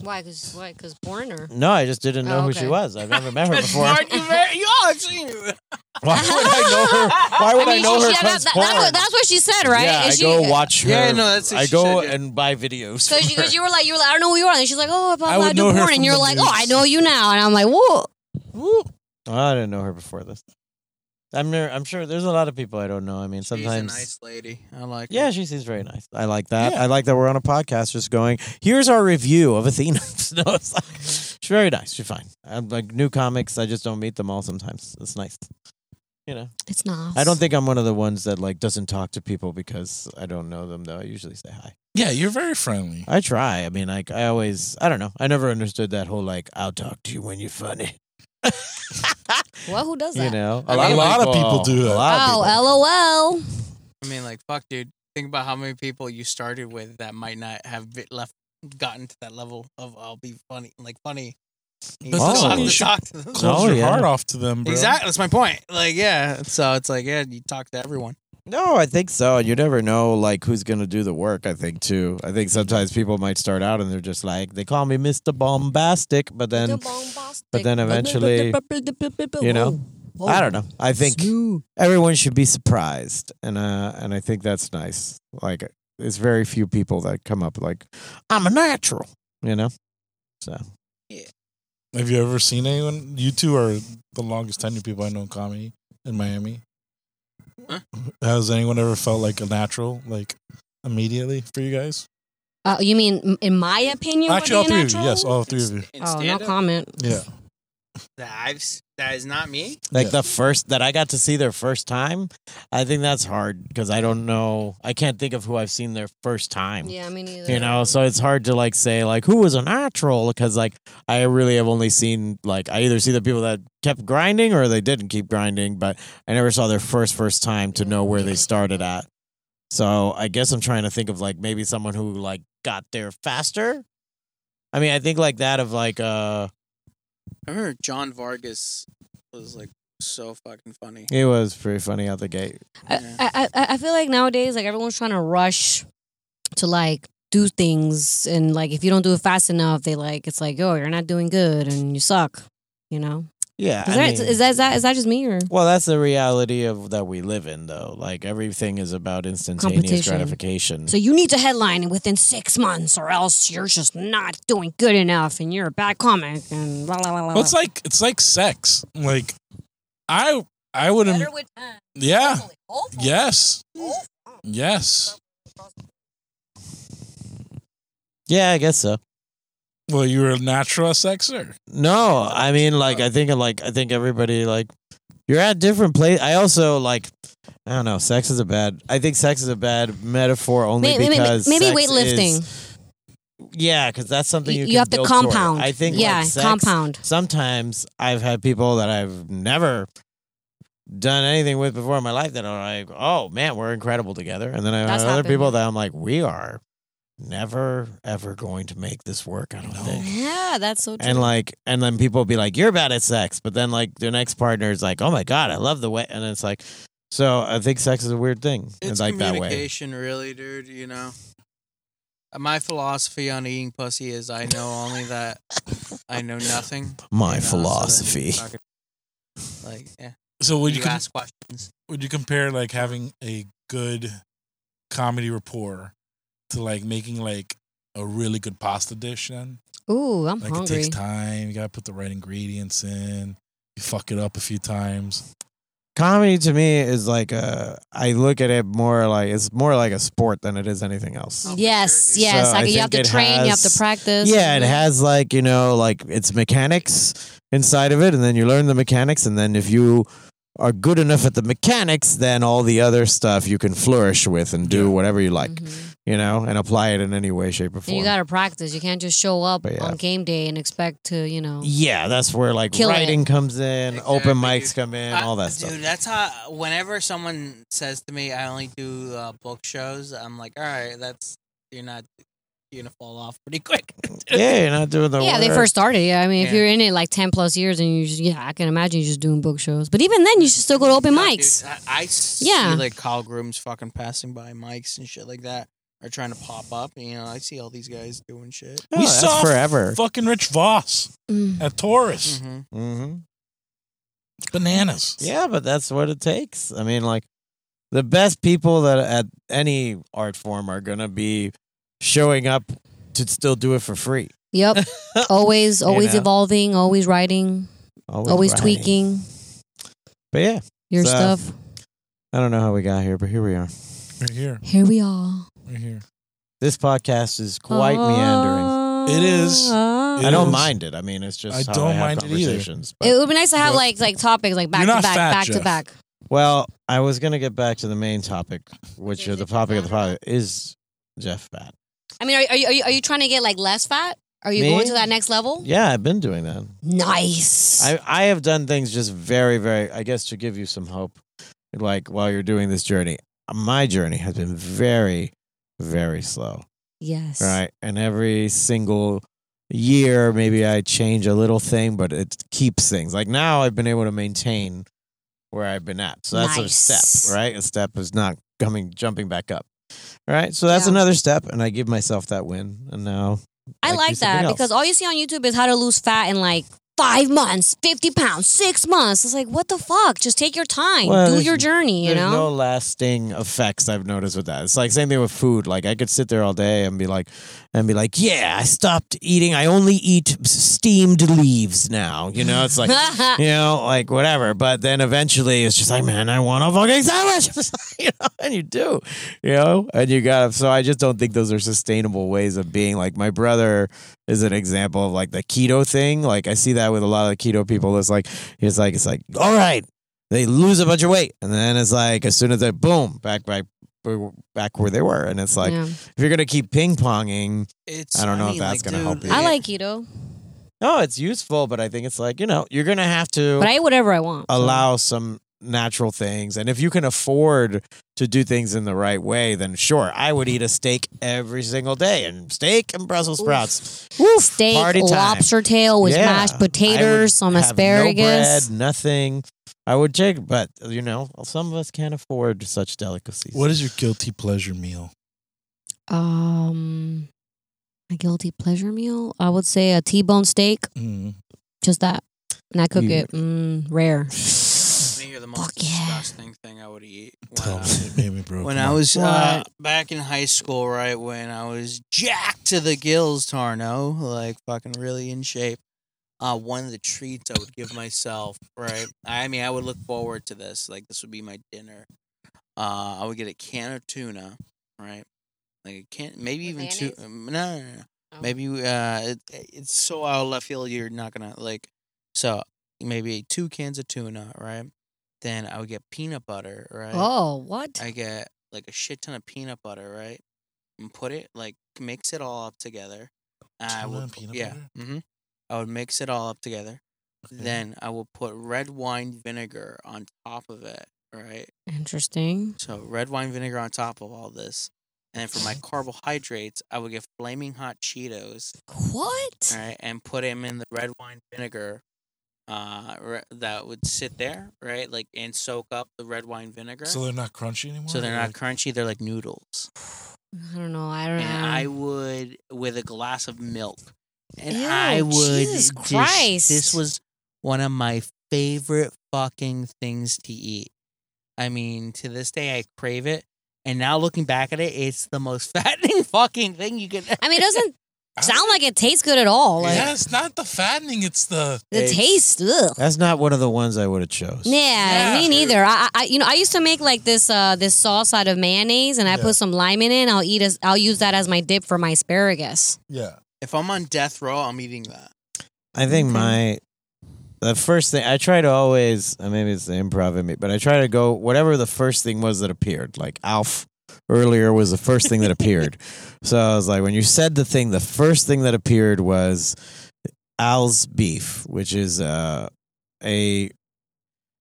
Why? Because why? Because born or No, I just didn't know Oh, who she okay. was. I've never met her before. you all have seen it. Why would I know her? Why would I, know her? comes that, that's, porn? what, that's what she said, right? Yeah, And I she, go watch her. Yeah, no, that's what I she go said, yeah. and buy videos. Because you, 'cause you were like, you were like, I don't know who you are. And she's like, oh, blah, I blah, would I know do her porn. from And you're the like, news. oh, I know you now. And I'm like, whoa. Oh, I didn't know her before this. I'm ner- I'm sure there's a lot of people I don't know. I mean, sometimes. She's a nice lady. I like. her. yeah, she seems very nice. I like that. Yeah. I like that we're on a podcast just going, here's our review of Athena. no, it's like, she's very nice. She's fine. I'm like new comics. I just don't meet them all sometimes. It's nice. You know, It's not. I don't think I'm one of the ones that like doesn't talk to people because I don't know them though. I usually say hi. Yeah, you're very friendly. I try. I mean, like I always, I don't know. I never understood that whole like I'll talk to you when you're funny. Well, who does that? you know, A lot of people do A that. lot of people. Oh, LOL. I mean, like, fuck, dude. Think about how many people you started with that might not have bit left, gotten to that level of I'll be funny, like funny. You But still that's have when to you should talk to them. Close Oh, your yeah. heart off to them, bro. Exactly. That's my point. Like, yeah. So it's like, yeah, you talk to everyone. No, I think so. You never know like who's gonna do the work. I think too. I think sometimes people might start out and they're just like they call me Mister Bombastic, but then but then eventually, you know, I don't know. I think everyone should be surprised, and uh, and I think that's nice. Like there's very few people that come up like I'm a natural, you know. So Have you ever seen anyone? You two are the longest tenured people I know in comedy in Miami. Huh? Has anyone ever felt like a natural, like immediately for you guys? Uh, you mean, m- in my opinion, would Actually, all be three natural? of you. Yes, all three of you. In Oh, no stand-up, comment. Yeah. that I've s- that is not me. like Yeah. the first that I got to see their first time, I think that's hard because I don't know. I can't think of who I've seen their first time. Yeah, me neither. You know, so it's hard to like say like who was a natural because like I really have only seen like I either see the people that kept grinding or they didn't keep grinding, but I never saw their first first time to know where they started at. So I guess I'm trying to think of like maybe someone who like got there faster. I mean, I think like that of like uh I remember John Vargas was like so fucking funny. it was pretty funny out the gate. I, I, I I feel like nowadays, like everyone's trying to rush to like do things, and like if you don't do it fast enough, they like it's like, oh, you're not doing good, and you suck. You know, Yeah. is, I that, mean- is that is that is that just me or Well, that's the reality of that we live in, though. Like everything is about instantaneous Competition. gratification. so you need to headline within six months, or else you're just not doing good enough, and you're a bad comic, and blah blah blah. blah. Well, it's like it's like sex. Like I I wouldn't. uh, yeah. Yes. Yes. yeah, I guess so. Well, you're a natural sexer. No, I mean, like I think, like I think everybody, like you're at different place. I also like, I don't know. Sex is a bad. I think sex is a bad metaphor only Maybe, maybe, because maybe sex weightlifting. Is, yeah, because that's something Y- you you can have to build toward. compound. I think, Yeah, like, sex- compound. Sometimes I've had people that I've never done anything with before in my life that are like, oh man, we're incredible together. And then I have That's other happened, people yeah. that I'm like, we are never ever going to make this work. I don't think. Yeah, that's so true. And like, and then people will be like, "You're bad at sex," but then like their next partner is like, "Oh my god, I love the way," and it's like, so I think sex is a weird thing. It's, It's like that way. communication, really, dude. You know, my philosophy on eating pussy is I know only that I know nothing. My you know, so that- philosophy. like, yeah, So would you, you com- ask questions. would you compare like having a good comedy rapport to like making like a really good pasta dish then. Ooh, I'm Like it hungry. takes time. You gotta put the right ingredients in. You fuck it up a few times. Comedy to me is like a. I look at it more like it's more like a sport than it is anything else. Yes, So yes. I like you have to think it train, you have has- to practice. Yeah, it has like you know like its mechanics inside of it, and then you learn the mechanics, and then if you are good enough at the mechanics, then all the other stuff you can flourish with and do whatever you like, Mhm. you know, and apply it in any way, shape, or And form. you gotta practice. You can't just show up But yeah. on game day and expect to, you know. yeah, that's where like Kill it. writing comes in, open Exactly. mics come in, I- all that dude, stuff. that's how. Whenever someone says to me, "I only do uh, book shows," I'm like, "All right, that's you're not you're gonna fall off pretty quick." Yeah, you're not doing the Yeah, they work. first started. Yeah, I mean, if Yeah. you're in it like ten plus years, and you, just, yeah, I can imagine you just doing book shows. But even then, you should still go to open No, dude, mics. I, I see Yeah. like call grooms fucking passing by mics and shit like that are trying to pop up. You know, I see all these guys doing shit. Oh, that's forever. fucking Rich Voss Mm. at Taurus. Mm-hmm. hmm Bananas. Yeah, but that's what it takes. I mean, like the best people that at any art form are gonna be showing up to still do it for free. Yep. always, You always know? evolving, always writing, always writing. tweaking But yeah, your So- stuff. I don't know how we got here, but here we are. Right here. Here we are. Ah. Right here. This podcast is quite meandering. It is- It I don't is- mind it. I mean, it's just I how don't have mind it either. conversations. but- would be nice to have But- like like topics like back You're to not back, fat, back to Jeff. back. well, I was gonna get back to the main topic, which Is is the it topic of the fat? podcast is Jeff Fat. I mean, are, are you are you are you trying to get like less fat? Are you Me? going to that next level? Yeah, I've been doing that. Nice. I, I have done things just very, very, I guess to give you some hope, like while you're doing this journey. My journey has been very, very slow, yes. right? And every single year, maybe I change a little thing, but it keeps things. Like now I've been able to maintain where I've been at. So that's Nice. a step, right? A step is not coming, jumping back up. Right. So that's Yeah. another step. And I give myself that win. And now I Like, do like something that else. because all you see on YouTube is how to lose fat in like five months, fifty pounds, six months. It's like what the fuck? Just take your time, Well, do there's- your journey. You There's know. no lasting effects I've noticed with that. It's like same thing with food. Like I could sit there all day and be like, and be like, yeah, I stopped eating. I only eat steamed leaves now. You know, it's like, you know, like whatever. But then eventually, it's just like, man, I want a fucking sandwich. you know, and you do, you know, and you got. to So I just don't think those are sustainable ways of being. Like my brother is an example of like the keto thing. Like I see that with a lot of keto people. It's like it's like it's like all right they lose a bunch of weight and then it's like as soon as they boom back back back where they were and it's like Yeah. if you're gonna keep ping-ponging It's I don't know if mean, that's like, gonna help dude, you. I like keto, oh it's useful but i think it's like you know you're gonna have to but I eat whatever I want. so. allow some natural things and if you can afford to do things in the right way then sure i would eat a steak every single day and steak and brussels Oof. sprouts Oof, steak, party time. lobster tail with Yeah. mashed I would potatoes, some have no bread, asparagus. nothing i would take but you know some of us can't afford such delicacies What is your guilty pleasure meal? um, a guilty pleasure meal. I would say a T-bone steak, Mm. just that, and I cook Yeah. it mm, rare. I mean, you're the most Fuck yeah. disgusting thing I would eat. Tell Wow. me, baby, bro. when come I on. was uh, What? back in high school, right when I was jacked to the gills, Tarno, like fucking really in shape. Uh, one of the treats I would give myself, right? I mean, I would look forward to this. Like this would be my dinner. Uh, I would get a can of tuna, right? Like a can, maybe With even two. mayonnaise? Um, no, no, no. Oh. Maybe uh, it, it's so out of left field. You're not gonna like. So maybe two cans of tuna, right? Then I would get peanut butter, right? Oh, what? I get like a shit ton of peanut butter, right? And put it like mix it all up together. And I Tuna will, and pu- peanut yeah. butter? Mm-hmm. I would mix it all up together. Then I will put red wine vinegar on top of it, right? Interesting. So red wine vinegar on top of all this. And then for my carbohydrates, I would get flaming hot Cheetos, What? all right, and put them in the red wine vinegar. Uh, re- that would sit there, right, like and soak up the red wine vinegar. so they're not crunchy anymore. So they're not crunchy, they're like noodles. I don't know. I don't And I know. would with a glass of milk. And Ew, I would Jesus just- Christ. This was one of my favorite fucking things to eat. I mean, to this day I crave it And now looking back at it, it's the most fattening fucking thing you can. I mean, it doesn't sound like it tastes good at all. Like yeah, it's not the fattening; it's the the It's- taste. Ugh. That's not one of the ones I would have chose. Yeah, Yeah. me neither. I, I- I, you know, I used to make like this, uh, this sauce out of mayonnaise, and I Yeah. put some lime in it. And I'll eat, as, I'll use that as my dip for my asparagus. yeah. If I'm on death row, I'm eating that. I think Okay. my the first thing I try to always uh, maybe it's the improv in me, but I try to go whatever the first thing was that appeared. Like Alf earlier was the first thing that appeared. So I was like, when you said the thing, the first thing that appeared was Al's beef, which is uh, a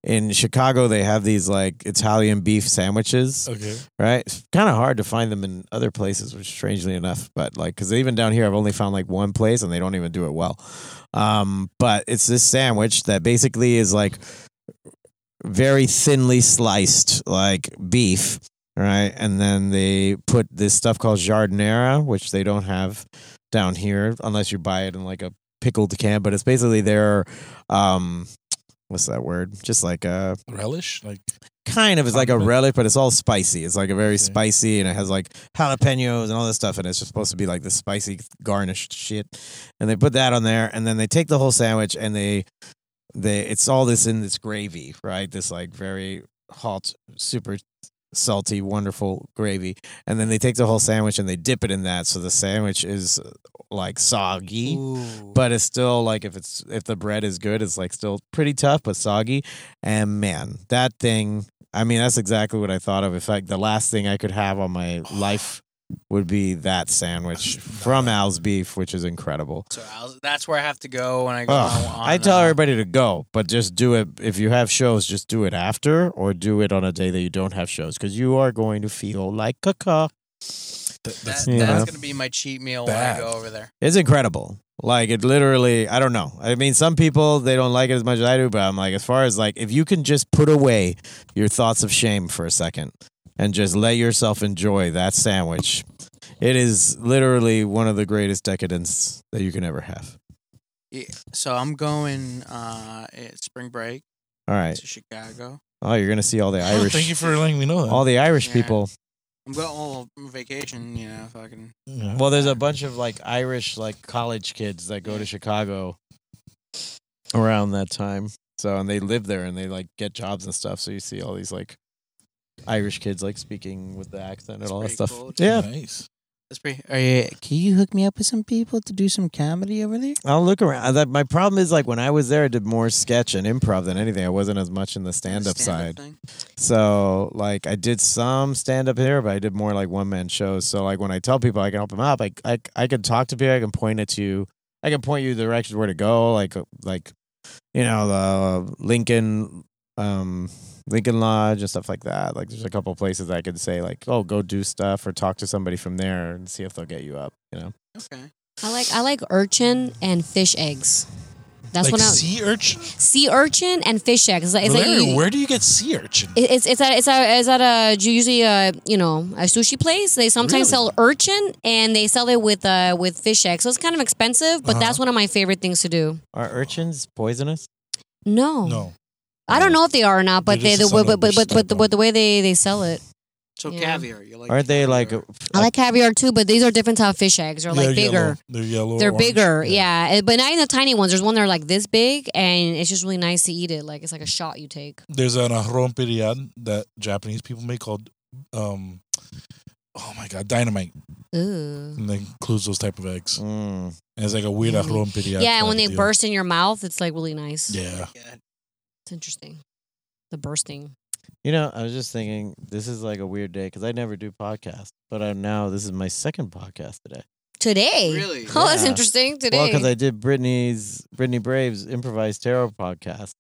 in Chicago they have these like Italian beef sandwiches Okay. right? It's kind of hard to find them in other places, which strangely enough, but like because even down here, I've only found like one place, and they don't even do it well. Um, but it's this sandwich that basically is like very thinly sliced, like beef, right? And then they put this stuff called jardinera, which they don't have down here unless you buy it in like a pickled can. But it's basically their um, what's that word? Just like a Relish, like kind of is like a Condiment. relic, but it's all spicy. It's like a very Okay. spicy, and it has like jalapenos and all this stuff, and it's just supposed to be like this spicy garnished shit. And they put that on there, and then they take the whole sandwich and they they it's all this in this gravy, right? This like very hot, super salty, wonderful gravy, and then they take the whole sandwich and they dip it in that, so the sandwich is uh, like soggy but it's still like if it's if the bread is good, it's like still pretty tough but soggy. And man, that thing. I mean, that's exactly what I thought of. If like the last thing I could have on my life would be that sandwich from Al's Beef, which is incredible. So I'll, that's where I have to go when I go. Ugh, on, I tell uh, everybody to go, but just do it. If you have shows, just do it after or do it on a day that you don't have shows because you are going to feel like a cock. th- That, that's that's Yeah. gonna be my cheat meal Bad. when I go over there. It's incredible. Like it literally, I don't know. I mean, some people they don't like it as much as I do, but I'm like, as far as like, if you can just put away your thoughts of shame for a second and just let yourself enjoy that sandwich, it is literally one of the greatest decadence that you can ever have. Yeah. So I'm going uh, at spring break All right. to Chicago. Oh, you're gonna see all the Oh, thank you Irish, for letting me know that. all the Irish Yeah. people. I'm going all vacation. You know, fucking. Yeah. Well, there's a bunch of like Irish like college kids that go to Chicago around that time. So and they live there and they like get jobs and stuff. So you see all these like Irish kids like speaking with the accent and It's all that pretty stuff. cool. Yeah, Nice. That's pretty. Are you, can you hook me up with some people to do some comedy over there? I'll look around. I- That my problem is like when I was there, I did more sketch and improv than anything. I wasn't as much in the stand up side. thing? So like I did some stand up here, but I did more like one man shows. So like when I tell people I can help them out, like I I can talk to people, I can point it to, I can point you the direction where to go, like like you know the Lincoln um Lincoln Lodge and stuff like that. Like there's a couple places I could say like oh go do stuff or talk to somebody from there and see if they'll get you up. You know Okay. I like, I like urchin and fish eggs. That's like what I sea urchin. sea urchin and fish eggs. It's like, it's like Valeria, E? you- where do you get sea urchin? it- it's it's at it's at, it's at a usually a you know a sushi place. They sometimes Really? sell urchin and they sell it with uh with fish eggs. So it's kind of expensive, but that's one of my favorite things to do. are urchins poisonous? No, no. I don't know if they are or not, but They're they, just the, a but, but, but, sandwich but, type the, of- but the way they they sell it. So Yeah. caviar. You like? Aren't they like caviar. I like caviar too, but these are different type of fish eggs. They're like They're bigger. yellow. They're yellow. They're orange. bigger, yeah. Eh, But not in the tiny ones. There's one that are like this big, and it's just really nice to eat it. Like it's like a shot you take. There's an arroz perian that Japanese people make called, um, oh my god, dynamite, Ooh. and that includes those type of eggs. Mm. And it's like a weird Really? arroz perian. Yeah, and when type they deal. burst in your mouth, it's like really nice. Yeah. Yeah. It's interesting. The bursting. You know, I was just thinking this is like a weird day because I never do podcasts, but I'm now this is my second podcast today. Today. Really? Oh, that's Yeah. interesting. Well, Today. because I did Brittany's Brittany Brave's improvised tarot podcast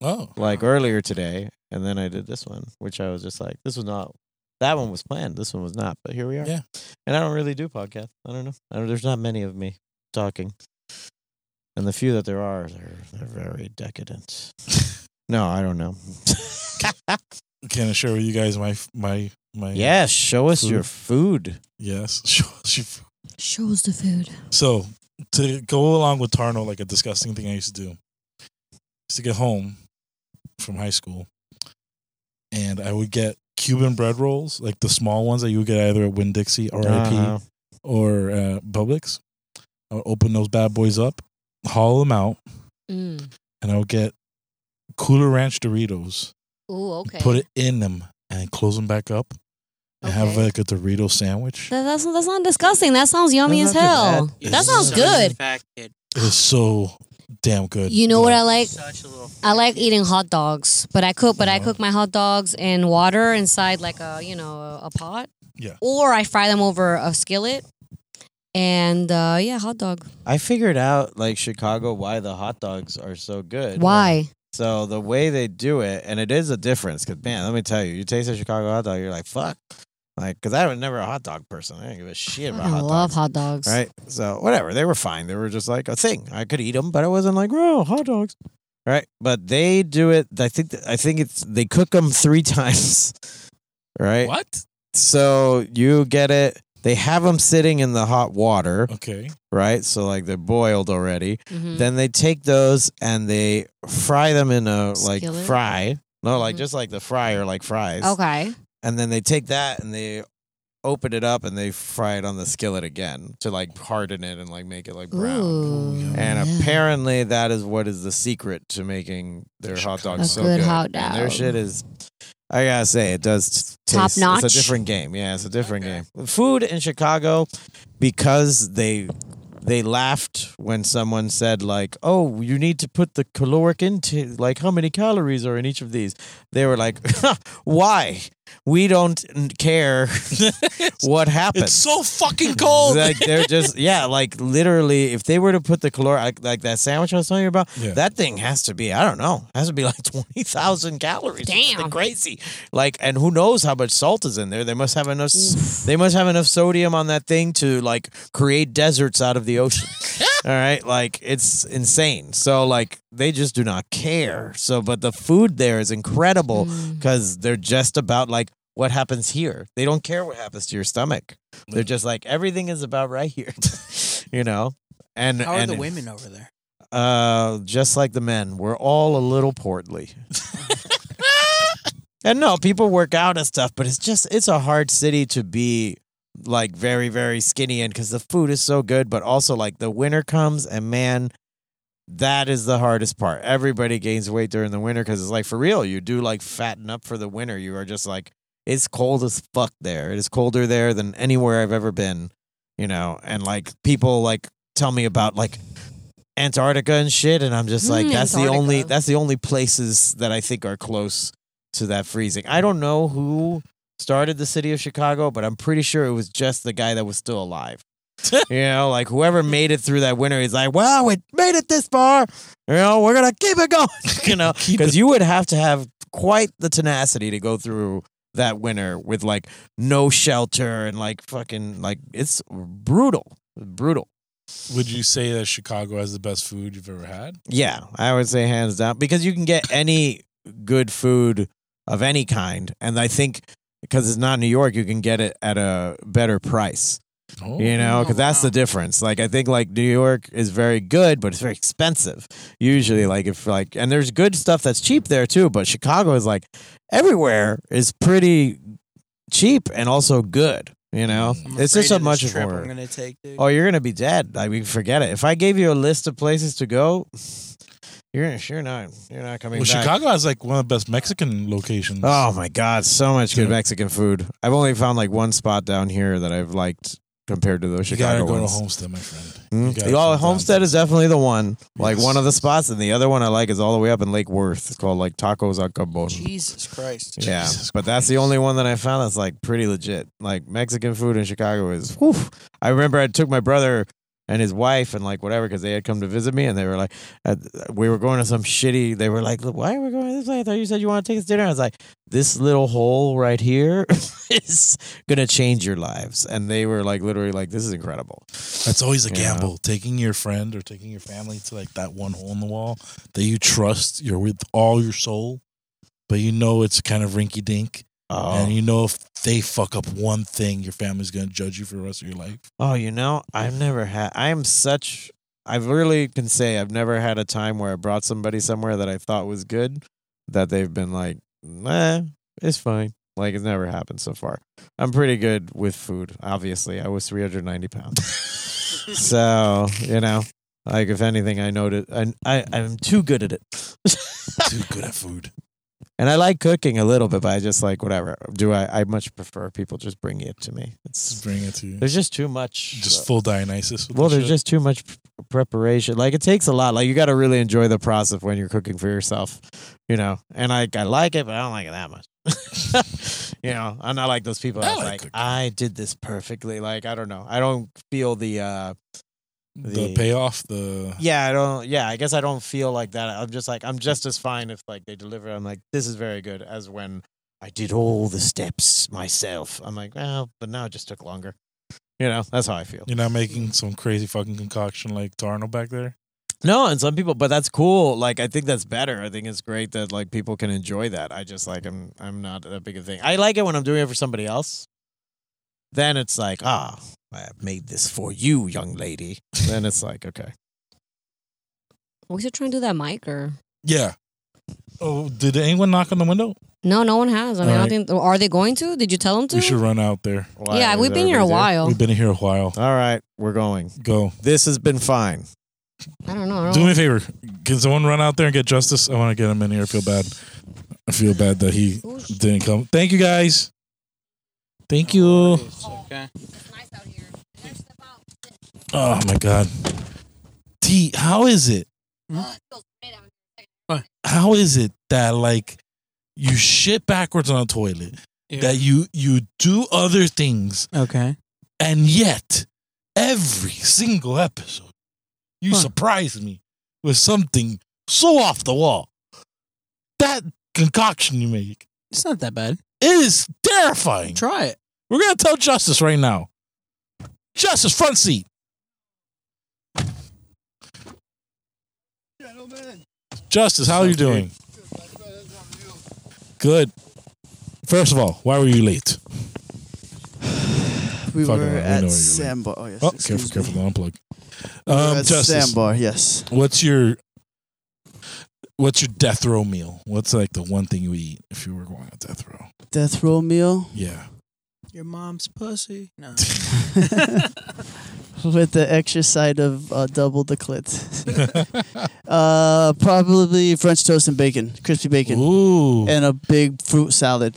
Oh. like earlier today, and then I did this one, which I was just like, this was not that one was planned, this one was not, but here we are. Yeah. And I don't really do podcasts. I don't know. I don't, there's not many of me talking, and the few that there are, they're they're very decadent. no, I don't know. Can I share with you guys my my my? yes, show us Food. your food. Yes. She- Shows the food. So to go along with Tarno, like a disgusting thing I used to do, is to get home from high school, and I would get Cuban bread rolls, like the small ones that you would get either at Winn Dixie, RIP, Uh-huh. or uh, Publix. I would open those bad boys up, haul them out, Mm. and I would get Cooler Ranch Doritos, Ooh, okay. put it in them, and close them back up, and have Okay. like a Dorito sandwich. That- that's that's not disgusting. That sounds yummy That's not as too hell. bad. That It's sounds such good. a Fat kid. It is so damn good. You know what I like? Such a little. I like eating hot dogs, but I cook, but I Uh-huh. cook my hot dogs in water inside like a you know a pot. Yeah. Or I fry them over a skillet, and uh, yeah, hot dog. I figured out like Chicago why the hot dogs are so good. Why? So the way they do it, and it is a difference. Cause man, let me tell you, you taste a Chicago hot dog, you're like fuck, like cause I was never a hot dog person. I didn't give a shit about I hot love dogs. hot dogs. Right. So whatever, they were fine. They were just like a thing. I could eat them, but I wasn't like oh hot dogs. Right. But they do it. I think. I think it's they cook them three times. Right. What? So you get it. They have them sitting in the hot water, Okay. right? So like they're boiled already. Mhm. Then they take those and they fry them in a like Skillet? fry. No, like Mhm. just like the fryer, like fries. Okay. And then they take that and they open it up and they fry it on the skillet again to like harden it and like make it like brown. Ooh. And Mm, yeah. apparently that is what is the secret to making their hot dogs A so good good. hot And their dog. shit is I gotta say it does t- Top taste notch? It's a different game. Yeah, it's a different Okay. game. Food in Chicago because they they laughed when someone said like, "Oh, you need to put the caloric into like how many calories are in each of these." They were like, "Why? We don't n- care what happens." It's so fucking cold. Like they're just yeah, like literally, if they were to put the caloric like, like that sandwich I was telling you about, Yeah. that thing has to be I don't know, has to be like twenty thousand calories. or something Damn. crazy! Like, and who knows how much salt is in there? They must have enough. s- They must have enough sodium on that thing to like create deserts out of the ocean. All right, like it's insane. So like they just do not care. So, but the food there is incredible Mm. because they're just about like what happens here. They don't care what happens to your stomach. They're just like everything is about right here, you know. And How are and the women over there? Uh, just like the men, we're all a little portly. and no, people work out and stuff, but it's just it's a hard city to be like very very skinny in because the food is so good, but also like the winter comes and man. That is the hardest part. Everybody gains weight during the winter because it's like for real. You do like fatten up for the winter. You are just like it's cold as fuck there. It is colder there than anywhere I've ever been, you know. And like people like tell me about like Antarctica and shit, and I'm just like, Mm, that's the only Antarctica. that's the only places that I think are close to that freezing. I don't know who started the city of Chicago, but I'm pretty sure it was just the guy that was still alive. you know, like whoever made it through that winter, he's like, "Well, we made it this far. You know, we're gonna keep it going." you know, because you would have to have quite the tenacity to go through that winter with like no shelter and like fucking like it's brutal, brutal. Would you say that Chicago has the best food you've ever had? Yeah, I would say hands down because you can get any good food of any kind, and I think because it's not New York, you can get it at a better price. Oh. You know, because Oh, that's the wow. difference. Like I think like New York is very good, but it's very expensive. Mm-hmm. Usually, like if like and there's good stuff that's cheap there too, but Chicago is like everywhere is pretty cheap and also good. You know, Mm, I'm it's just afraid so of this much of trip more. I'm gonna take. Dude. Oh, you're gonna be dead. Like we forget it. If I gave you a list of places to go, you're you're not you're not coming Well, back. Chicago has like one of the best Mexican locations. Oh my God, so much good Yeah. Mexican food. I've only found like one spot down here that I've liked compared to those you Chicago gotta go ones. to Homestead, my friend. Mm. You gotta come Well, down Homestead to- is definitely the one, like Yes. one of the spots, and the other one I like is all the way up in Lake Worth. It's called like Tacos Acabon. Jesus Christ! Yeah, Jesus but that's the Christ. only one that I found that's like pretty legit. Like Mexican food in Chicago is. Whew. I remember I took my brother and his wife and like whatever because they had come to visit me and they were like, uh, we were going to some shitty. They were like, "Look, why are we going this way? I thought you said you want to take us to dinner. I was like, this little hole right here is gonna change your lives. And they were like, literally, like this is incredible. That's always a Yeah. gamble. Taking your friend or taking your family to like that one hole in the wall that you trust, you're with all your soul, but you know it's kind of rinky dink. Oh, And you know if they fuck up one thing, your family's gonna judge you for the rest of your life. Oh, you know, I've never had. I am such. I really can say I've never had a time where I brought somebody somewhere that I thought was good that they've been like, nah, it's fine. Like it's never happened so far. I'm pretty good with food. Obviously, I was 390 pounds, so you know, like if anything, I noted I, I I'm too good at it. Too good at food. And I like cooking a little bit, but I just like whatever. Do I? I much prefer people just bring it to me. Just It's bring it to you. there's just too much. Just full Dionysus. with well, the there's shit. just too much p- preparation. Like it takes a lot. Like you got to really enjoy the process when you're cooking for yourself, you know. And I I like it, but I don't like it that much. you know, I'm not like those people. I that's like like cooking. I did this perfectly. Like I don't know. I don't feel the. uh the, the- payoff. The yeah, I don't. Yeah, I guess I don't feel like that. I'm just like I'm just as fine if like they deliver. it. I'm like this is very good as when I did all the steps myself. I'm like well, but now it just took longer. You know, that's how I feel. you're not making some crazy fucking concoction like Darno back there. No, and some people, but that's cool. Like I think that's better. I think it's great that like people can enjoy that. I just like I'm I'm not that big a thing. I like it when I'm doing it for somebody else. Then it's like ah, I have made this for you, young lady. then it's like okay, We should try and do that mic or Yeah. Oh, did anyone knock on the window? no, no one has. I mean, I don't think. Are they going to? Did you tell them to? We should run out there. Why yeah, is we've been here a everybody while. We've been here a while. there? All right, we're going. Go. This has been fine. I don't know. I don't Do me a favor. Can someone run out there and get justice? I want to get him in here. I feel bad. I feel bad that he Ooh, sh- didn't come. Thank you guys. Thank you. It's okay. it's nice out here. There's stuff out. Oh my god. T, how is it? Oh, it feels great out here. How is it that like you shit backwards on a toilet? Yeah. That you you do other things Okay. and yet every single episode you Huh. surprise me with something so off the wall. That concoction you make It's not that bad. is terrifying. Try it. We're gonna tell Justice right now. Justice, front seat. Justice, how are you doing? Good. First of all, why were you late? We Fuck around, we were know where at you're at. Sandbar. Oh, yes. Oh, excuse careful, careful, me. don't unplug. We were Um, at Justice, Sandbar, yes. what's your what's your death row meal? What's like the one thing you would eat if you were going on death row? Death Row meal Yeah, Your mom's pussy. No. with the extra side of uh, double the clit. uh, probably French toast and bacon, crispy bacon, Ooh. and a big fruit salad.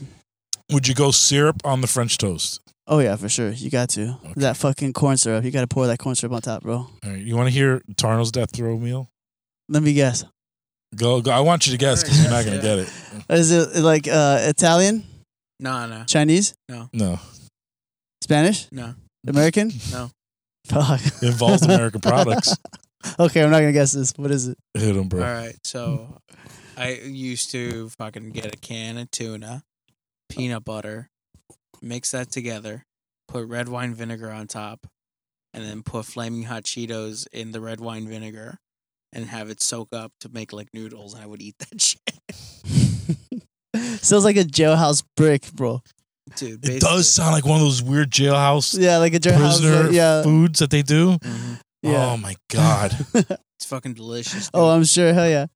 Would you go syrup on the French toast? Oh yeah, for sure. You got to Okay. that fucking corn syrup. You got to pour that corn syrup on top, bro. All right, you want to hear Tarno's death row meal? Let me guess. Go, go. I want you to guess because you're not gonna get it. Is it like uh, Italian, No, no, Chinese, No, Spanish, no. American? No. Fuck. it involves American products. Okay, I'm not gonna guess this. What is it? Hit him, bro. All right. So I used to fucking get a can of tuna, peanut butter, mix that together, put red wine vinegar on top, and then put flaming hot Cheetos in the red wine vinegar and have it soak up to make like noodles. And I would eat that shit. Sounds like a jailhouse brick, bro. Dude, It does sound like one of those weird jailhouse Yeah, like a jailhouse. prisoner like- yeah, foods that they do. Mhm. Oh yeah. my god! It's fucking delicious. Oh, dude. I'm sure. Hell yeah.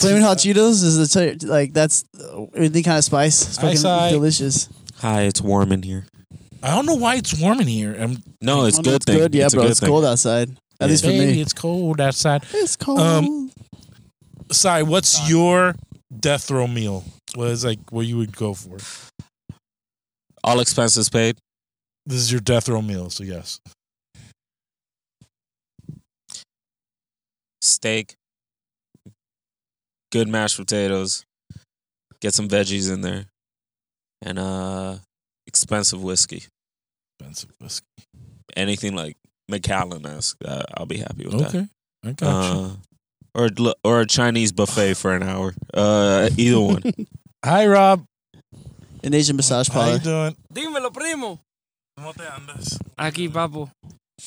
Flaming hot Cheetos is the t- like that's uh, any kind of spice. It's fucking Eyesight. delicious. Hi, it's warm in here. I don't know why it's warm in here. i No, it's Oh, no, good It's thing. good. Yeah, it's a bro. good It's thing. cold outside. At Yeah. least for baby, me. it's cold outside. It's cold. Um, Sorry, what's Sorry. your death row meal? What is like what you would go for? All expenses paid. This is your death row meal, so yes. Steak. Good mashed potatoes. Get some veggies in there. And uh expensive whiskey. Expensive whiskey. Anything like McAllen esque, uh, I'll be happy with that. Okay, I got you. Uh, or l- or a Chinese buffet for an hour. Uh, either one. Hi, Rob. An Asian massage How parlor. you doing? Dímelo, primo. Aquí, papo.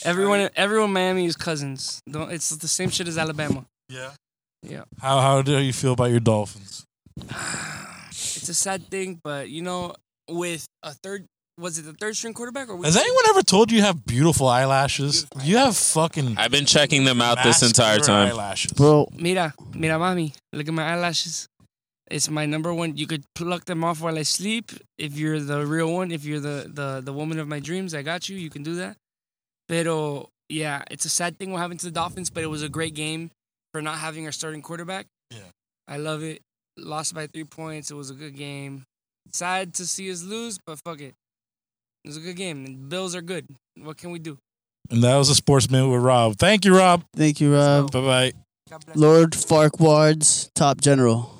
Everyone, everyone, in Miami is cousins. Don't, it's the same shit as Alabama. Yeah. Yeah. How how do you feel about your Dolphins? It's a sad thing, but you know, with a third, was it the third string quarterback or was Has anyone ever told you you have beautiful eyelashes? You have fucking I've been checking them out this entire masculine time. Eyelashes. Bro, Mira, mira, mami, look at my eyelashes. It's my number one. You could pluck them off while I sleep. If you're the real one, if you're the the the woman of my dreams, I got you. You can do that. Pero yeah, it's a sad thing what happened to the Dolphins, but it was a great game for not having our starting quarterback. Yeah. I love it. Lost by three points. It was a good game. Sad to see us lose, but fuck it. It was a good game. And Bills are good. What can we do? And that was a sports minute with Rob. Thank you, Rob. Thank you, Rob. Bye bye. God bless. Lord Farquhar's top general.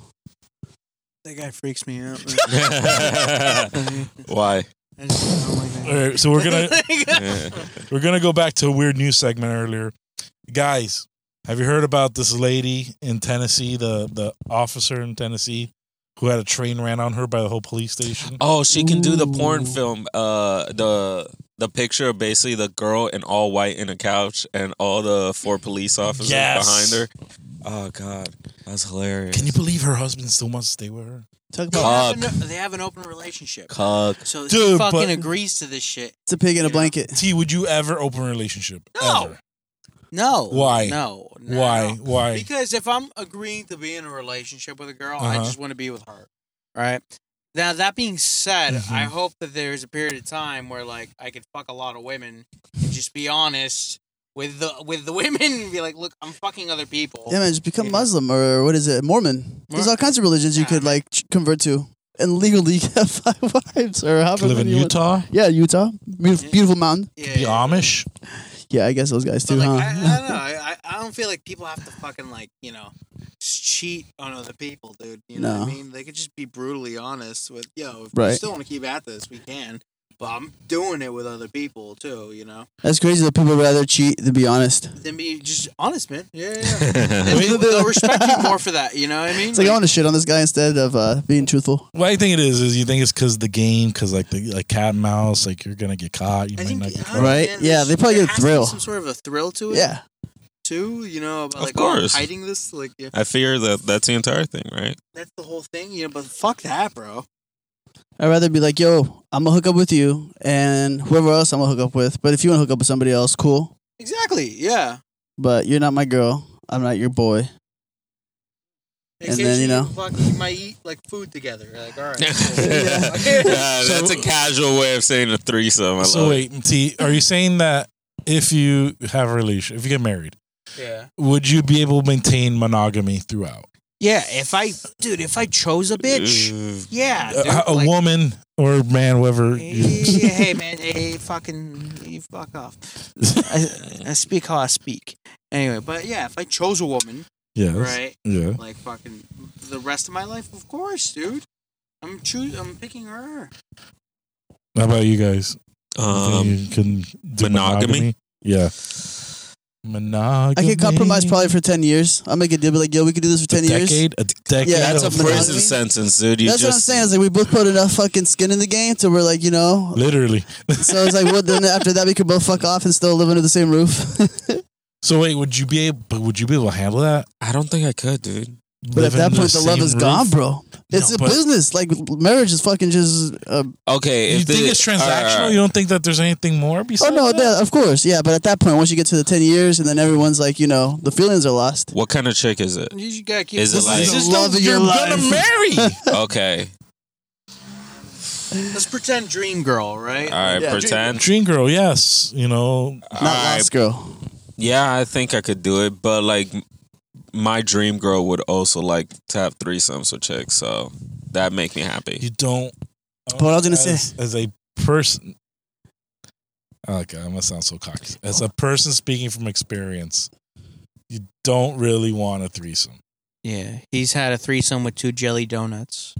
That guy freaks me out. Why? I just don't like that. All right, so we're gonna Yeah. we're gonna go back to a weird news segment earlier. Guys, have you heard about this lady in Tennessee, the the officer in Tennessee who had a train ran on her by the whole police station? Oh, she can do the porn film. Uh, the the picture of basically the girl in all white in a couch and all the four police officers Yes. behind her. Oh God, that's hilarious. Can you believe her husband still wants to stay with her? Talk They about Cock. have, an, they have an open relationship. Cuck. So she Dude, fucking but- agrees to this shit. it's a pig in a Yeah. blanket. T, would you ever open a relationship? No. Ever? No. Why? No. no. Why? Why? Because if I'm agreeing to be in a relationship with a girl, I Uh-huh. just want to be with her. Right. Now that being said, Mhm. I hope that there's a period of time where like I could fuck a lot of women and just be honest with the with the women and be like, look, I'm fucking other people. Yeah, man, just become Yeah. Muslim or what is it, Mormon? There's all kinds of religions you Yeah, could man. like ch- convert to, and legally you have five wives or however Live in many you want. Utah? Yeah, Utah, beautiful, Yeah. beautiful mountain. Yeah. Be Amish? Yeah, I guess those guys But, too, like, huh? I, I don't know. I, I I don't feel like people have to fucking like you know cheat on other people, dude. You know what I No. mean? They could just be brutally honest with yo. If we Right. still want to keep at this, we can. But I'm doing it with other people too. You know, That's crazy that people would rather cheat than be honest. then be just honest, man. Yeah, yeah. yeah. They'll- they'll respect you more for that. You know what I mean? It's like I want to shit on this guy instead of uh, being truthful. What I think it is is you think it's because the game, because like the like cat and mouse, like you're gonna get caught, you I might think- not get I caught. don't oh, Right? understand Yeah, this. they probably There get a has to be thrill. Some sort of a thrill to it, Yeah, Too, you know, about Of like oh, I'm course. hiding this, like yeah, I fear that that's the entire thing, right? that's the whole thing, you know. But fuck that, bro. I'd rather be like, yo, I'm gonna hook up with you and whoever else I'm gonna hook up with. But if you wanna hook up with somebody else, cool. Exactly. Yeah. But you're not my girl. I'm not your boy. And then, Occasionally you know. we fuck- we might eat like food together. Like, all right, Yeah, that's a casual way of saying a threesome. I So love wait, T, are you saying that if you have a relationship, if you get married, yeah, would you be able to maintain monogamy throughout? yeah. If I, dude, if I chose a it. bitch, Ooh. yeah, dude, a, a like, woman or man, whoever. Hey, You, hey, man, hey, fucking, you fuck off. I, I speak how I speak. Anyway, but yeah, if I chose a woman, yes. right, Yeah. like fucking the rest of my life, of course, dude. I'm choose. I'm picking her. How about you guys? You Um, think you can do monogamy? Yeah. Monogamy. I could compromise probably for 10 years. I'll make a deal be like, yo, we could do this for 10 a years. decade. A decade. Yeah, that's a of monogamy. prison sentence, dude. You That's what I'm just saying. It's like we both put enough fucking skin in the game to we're like, you know. Literally. So it's like, well, then after that, we could both fuck off and still live under the same roof. So wait, would you be able? But would you be able to handle that? I don't think I could, dude. but at that point, the, love is gone, bro. It's No, a but- business. Like, marriage is fucking just. Uh, Okay, You if uh, think the- it's all right, all transactional? right. You don't think that there's anything more oh, besides? no, that? yeah, of course. Yeah, but at that point, once you get to the 10 years and then everyone's like, you know, the feelings are lost. What kind of chick is it? You just gotta keep. Is it like- This This is is the love the of you're your gonna life. marry. Okay, Let's pretend dream girl, right? all right, Yeah. pretend. Dream girl, yes. You know, All Not right, lost, girl. yeah, I think I could do it, but like, m- my dream girl would also like to have threesomes with chicks, so that make me happy. you don't. What I was gonna say. as- as a person. Okay, I'm gonna sound so cocky. As a person speaking from experience, you don't really want a threesome. Yeah, he's had a threesome with two jelly donuts.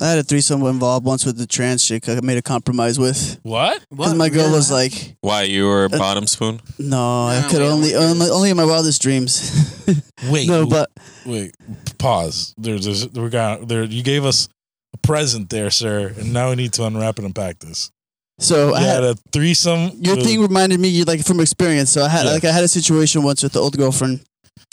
I had a threesome involved once with the trans chick I made a compromise with. What? Because my girl was like, Why you were a bottom spoon? no, I No, could we don't only, want this. only, only in my wildest dreams. Wait, no, but wait. Pause. There's, there's we got there. You gave us a present there, sir, and now we need to unwrap and unpack this. so You I had had a threesome. your with- thing reminded me like from experience. So I had Yeah. like I had a situation once with the old girlfriend.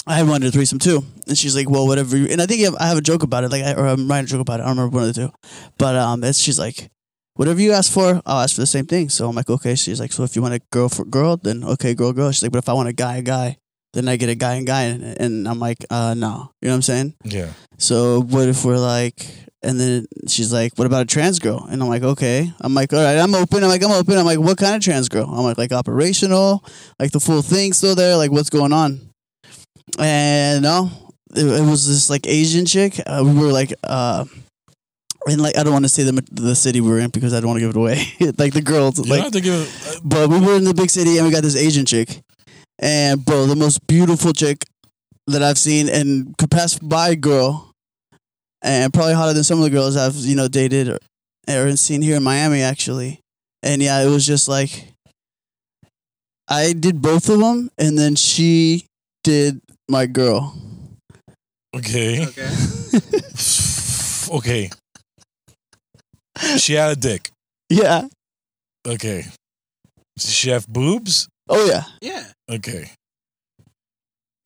I had wanted a threesome too, and she's like, "Well, whatever." You, and I think I have, I have a joke about it, like, I, or I'm writing a joke about it. I don't remember one of the two, but um, it's she's like, "Whatever you ask for, I'll ask for the same thing." So I'm like, "Okay." She's like, "So if you want a girl for girl, then okay, girl, girl." She's like, "But if I want a guy, a guy, then I get a guy and guy, and, and I'm like, uh, no, you know what I'm saying? Yeah. So what if we're like, and then she's like, what about a trans girl? And I'm like, okay. I'm like, all right, I'm open. I'm like, I'm open. I'm like, what kind of trans girl? I'm like, like operational, like the full thing still there. Like what's going on? And no, it, it was this like Asian chick. Uh, we were like, uh, and like I don't want to say the the city we were in because I don't want to give it away. like the girls, You like don't have to give it. but we were in the big city and we got this Asian chick. And bro, the most beautiful chick that I've seen and could pass by girl and probably hotter than some of the girls I've, you know, dated or, or seen here in Miami actually. And yeah, it was just like I did both of them and then she did my girl. uh, Okay. Okay. She had a dick. yeah. Okay. Does she have boobs? Oh yeah. Yeah. Okay.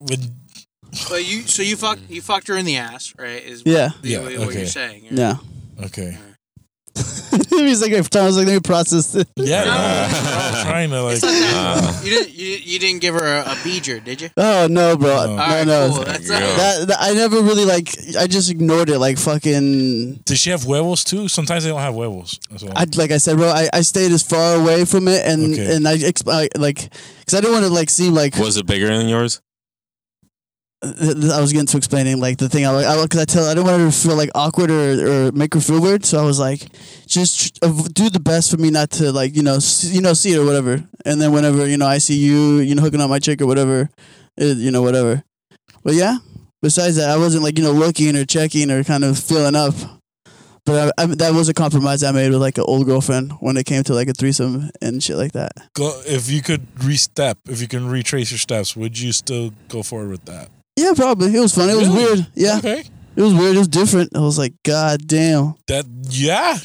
Would- But you so you fucked you fucked her in the ass, right? Is Yeah. what, the- Yeah, what okay. you're saying. right? Yeah. okay. He's like, I was like, let me process this. Yeah. No. I'm trying to like. It's not that- Ah. Uh. you didn't you, you didn't give her a, a beager, did you? Oh no, bro. No. No, All right, no. cool. That's Yeah. not- that, that- I never really like. I just ignored it. Like fucking. Does she have huevos too? Sometimes they don't have huevos. That's all. I like I said, bro. I, I stayed as far away from it, and Oh. Okay. and I, exp- I like because I didn't want to like seem like Was it bigger than yours? th- th- I was getting to explaining like the thing. I like I because I tell I didn't want her to feel like awkward or, or make her feel weird. So I was like, just tr- av- do the best for me not to like you know s you know see it or whatever. And then whenever you know I see you you know hooking up my chick or whatever, it, you know whatever. But yeah, besides that, I wasn't like you know looking or checking or kind of feeling up. But I, I, that was a compromise I made with like an old girlfriend when it came to like a threesome and shit like that. go, if you could re-step, if you can retrace your steps, would you still go forward with that? Yeah, probably. It was funny. It was Really? weird. Yeah, Okay. it was weird. It was different. I was like, God damn. That yeah.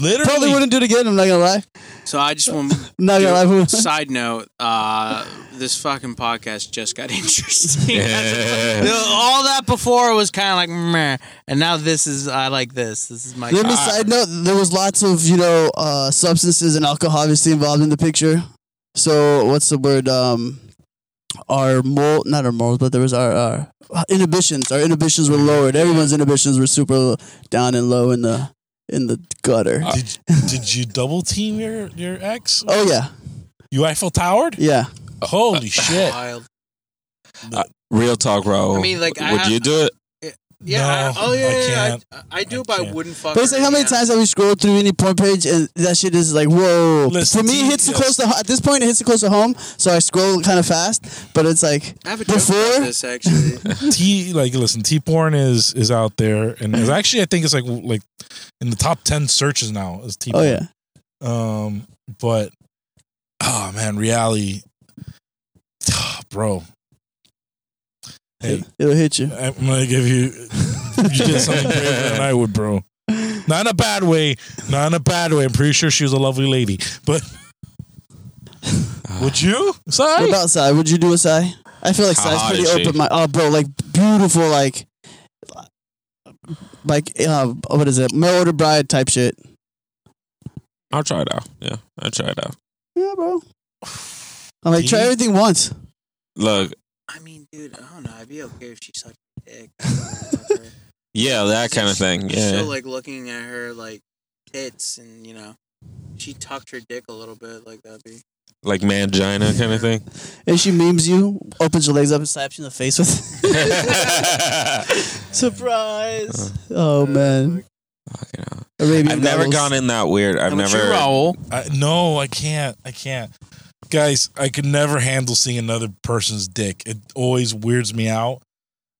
Literally. Probably wouldn't do it again. I'm not gonna lie. So I just want. I'm not gonna lie. Side note: uh, This fucking podcast just got interesting. All that before was kind of like meh, and now this is I like this. This is my. Let me side note. There was lots of you know uh, substances and alcohol obviously involved in the picture. So what's the word? Um, our moral, not our morals, but there was our, our uh, inhibitions. Our inhibitions were lowered. Everyone's inhibitions were super down and low in the in the gutter. Uh, Did, did you double team your your ex? oh yeah, You Eiffel Towered? yeah. Holy shit! Wild. Real talk, Raul. I mean, like, I would have- you do it? Yeah. No, I, oh yeah. I yeah, yeah, can't. I, I do, I but I can't. wouldn't fuck. But it's her, like how many yeah. times have we scrolled through any porn page and that shit is like whoa. Listen For me, to it you, hits too yes. close to ho- at this point. It hits too close to home, so I scroll kind of fast. But it's like I have a joke about Before? this actually. T like listen, T porn is is out there, and it's actually I think it's like like in the top ten searches now is T. oh porn. yeah. Um, but oh man, reality, bro. Hey, It'll hit you. I'm gonna give you. You did something braver than I would, bro. Not in a bad way. Not in a bad way. I'm pretty sure she was a lovely lady, but would you? What Sorry. about Sai? Would you do a Sai? I feel like How Sai's hot pretty is she? open. My oh, bro, like beautiful, like like uh, what is it? Mail order bride type shit. I'll try it out. Yeah, I'll try it out. Yeah, bro. I'm like try Yeah. everything once. Look, I mean, dude, I don't know. I'd be okay if she sucked my dick. I don't wanna fuck her. yeah, that kind of She's- thing. she's Yeah. Still like looking at her like tits, and you know, she tucked her dick a little bit. Like that'd be. like mangina kind of thing. And she memes you, opens your legs up, and slaps you in the face with surprise. Oh man, Fucking hell. Arabian I've never Nights. gone in that weird. I've never. I, no, I can't. I can't. Guys, I could never handle seeing another person's dick. It always weirds me out.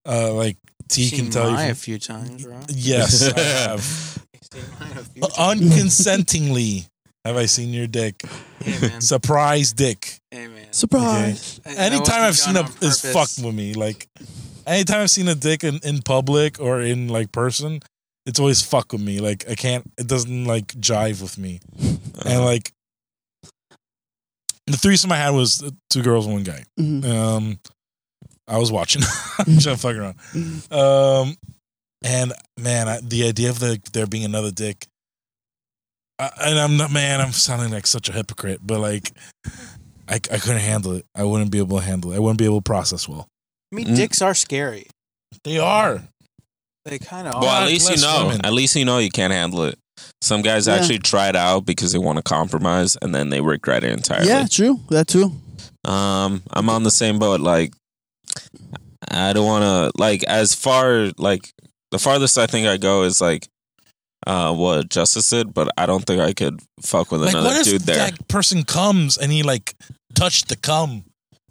Uh, like T Seen can tell mine you. from- a few times, right? yes, I have. Seen mine a few Uh, Unconsentingly, have I seen your dick? times. Hey man, Surprise, dick. hey man. Surprise. Hey, that anytime I've wasn't seen done a on is purpose. fucked with me. Like anytime I've seen a dick in, in public or in like person, it's always fuck with me. Like I can't it doesn't like jive with me. Uh-huh. And like the threesome I had was uh, two girls and one guy. Mhm. Um I was watching. I'm just fucking around. Um and man, I, the idea of the, there being another dick I, and I'm not man, I'm sounding like such a hypocrite, but like I, I couldn't handle it. I wouldn't be able to handle it. I wouldn't be able to process well. I mean, Mm. dicks are scary. They are. They kind of Well, are. at least you less know. women. At least you know you can't handle it. Some guys Yeah. actually try it out because they want to compromise, and then they regret it entirely. Yeah, true. That too. Um, I'm on the same boat. Like, I don't want to like as far like the farthest I think I go is like, uh, what Justice did, but I don't think I could fuck with Like, another what dude if there. that person comes and he like touched the cum?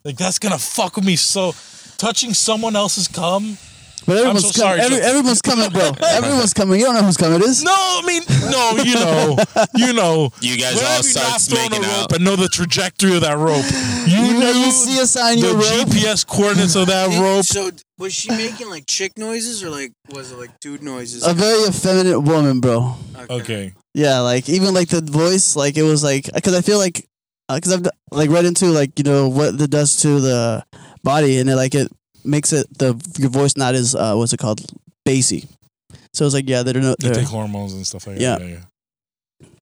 Like that's gonna fuck with me. So touching someone else's cum? But I'm everyone's so coming. sorry, Every, Joe. everyone's coming, bro. Everyone's coming. You don't know who's coming. It is. No, I mean no. You know, you know. You guys Whenever all you start not throwing making a rope out. and know the trajectory of that rope. You You know, you knew see a sign. the You're rope. GPS coordinates of that Did- rope. So was she making like chick noises or like was it like dude noises? A very effeminate woman, bro. Okay. Yeah, like even like the voice, like it was like because I feel like because I've like read into like you know what it does to the body and it like it makes it the your voice not as uh, what's it called bassy. So it's like yeah, they're not. They They're, take hormones and stuff like that. Yeah, yeah.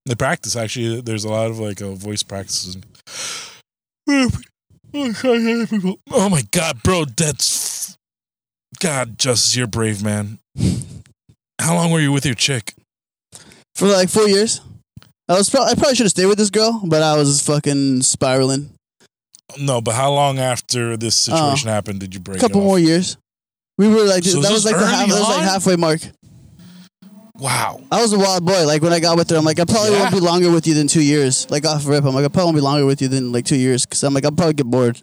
They practice actually. There's a lot of like uh, voice practices. Oh my god, bro, that's God, Justice, you're a brave man. How long were you with your chick? for like four years. I was pro- I probably should have stayed with this girl, but I was fucking spiraling. No, but how long after this situation happened did you A break? Uh, couple it off? more years. We were like So that this was like the early half, that was like on? halfway mark. Wow. I was a wild boy. Like when I got with her, I'm like, I probably Yeah. won't be longer with you than two years. Like off rip, I'm like, I probably won't be longer with you than like two years because I'm like, I'll probably get bored.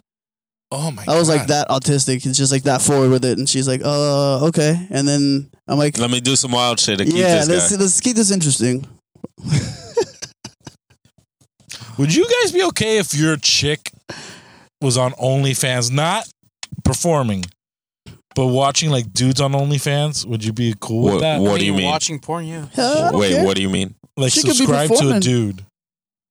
Oh my. I was like God. that autistic. It's just like that forward with it, and she's like, uh, okay. And then I'm like, Let me do some wild shit to keep yeah, let's this guy. let's keep this interesting. Would you guys be okay if your chick was on OnlyFans, not performing, but watching like dudes on OnlyFans? Would you be cool What, with that? what do you mean? Watching porn, yeah. Hell, I don't Wait, care. what do you mean? like She could be subscribe to a performing. dude.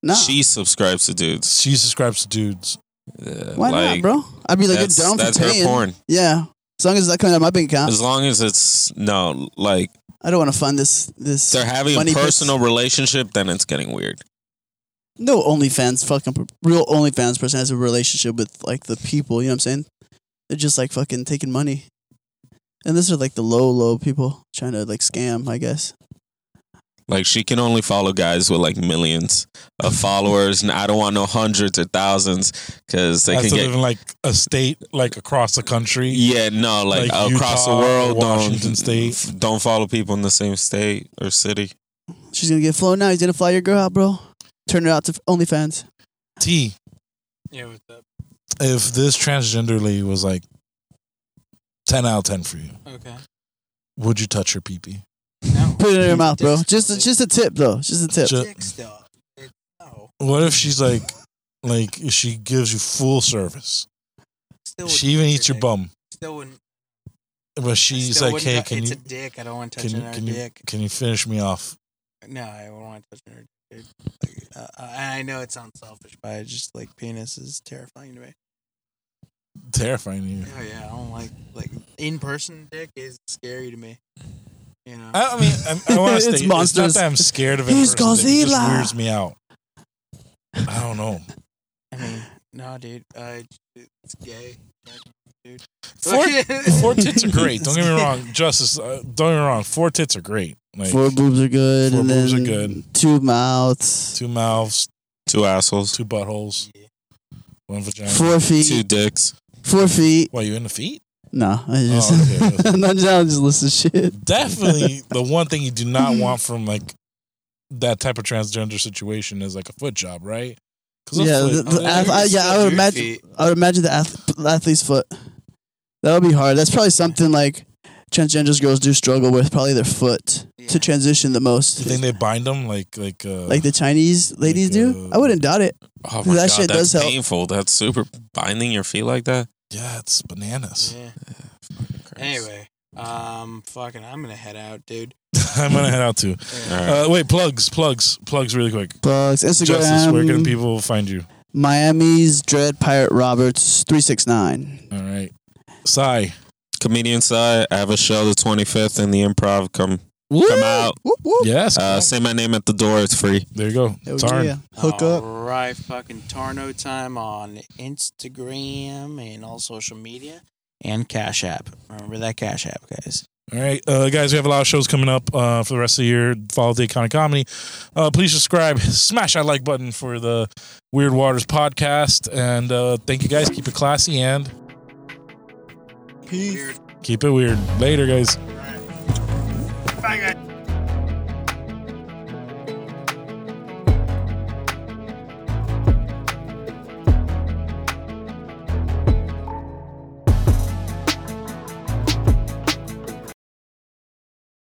Nah, She subscribes to dudes. She subscribes to dudes. Uh, why not, like, bro? I'd be like, you're That's, down for that's her paying. porn. Yeah, as long as that comes out of my bank account, As long as it's no, like I don't want to fund this. This they're having money a pits. personal relationship, then it's getting weird. no OnlyFans fucking per- real OnlyFans person has a relationship with like the people. You know what I'm saying? They're just like fucking taking money, and this are like the low low people trying to like scam. I guess. Like she can only follow guys with like millions of followers, and I don't want no hundreds or thousands because they They can to live get in like a state, like across the country. yeah no like, Like across the Utah or world Washington don't state. f- don't follow people in the same state or city. She's gonna get flown now. He's gonna fly your girl out, bro. Turn it out to OnlyFans. T. Yeah, with that. If this transgender lady was like ten out of ten for you, Okay. would you touch her pee pee? No. Put it in her mouth, bro. Dicks- Just, just a tip, though. Just a tip. Ju- Dicks, though. It- No. What if she's like, like she gives you full service? Still She even wouldn't touch eats your dick. bum, Still wouldn't. but she's still like, wouldn't hey, tou- can it's you a dick. I don't want to touch can you another can you dick. can you finish me off? No, I wouldn't want to touch another dick. Uh, uh, I know it sounds selfish, but I just like penis is terrifying to me. Terrifying you. Oh yeah, I don't like like in person dick is scary to me. You know. I, I mean, I, I want It's to say it's not monsters. that I'm scared of it. He's Here's It just Godzilla. weirds me out. I don't know. I mean, no, dude. Uh, it's gay. Dude. Four, four tits are great. Don't get me wrong, Justice. Uh, don't get me wrong. Four tits are great. Like Four boobs are good. Four and boobs then are good. Two mouths. two mouths, Two assholes, two buttholes, one vagina. Four feet. two dicks. Four feet. Why you in the feet? No, I just. Oh, okay, okay. I'm not just, I'm just listening to shit. Definitely, the one thing you do not want from like that type of transgender situation is like a foot job, right? 'Cause a Yeah, foot- the, the, I ath- I, mean, yeah. I would imagine. I would imagine the ath- athlete's foot. That would be hard. That's probably something like transgender girls do struggle with. Probably their foot to transition the do most. you think they bind them like like uh, like the Chinese ladies do. uh, I wouldn't doubt it. Oh my That god, shit that's does help. painful. That's super binding your feet like that. yeah, it's bananas. Yeah. Anyway, um, fucking, I'm gonna head out, dude. I'm gonna head out too. All right. Uh, wait, plugs, plugs, plugs, really quick. Plugs, Instagram. Justice, where um, can people find you? Miami's Dread Pirate Roberts three six nine. All right, Sai. Comedian side, I have a show the 25th in the improv. Come Come out. Whoop, whoop. Yes. Uh, say my name at the door. It's free. there you go. Hell It's hard. yeah. Hook up. All right, fucking Tarno time on Instagram and all social media and Cash App. Remember that Cash App, guys. All right, uh, guys, we have a lot of shows coming up uh, for the rest of the year. Follow the Iconic Comedy. Uh, please subscribe, smash that like button for the Weird Waters podcast. And uh, thank you guys. Keep it classy and Peace. keep it weird. Later, guys. Bye, guys.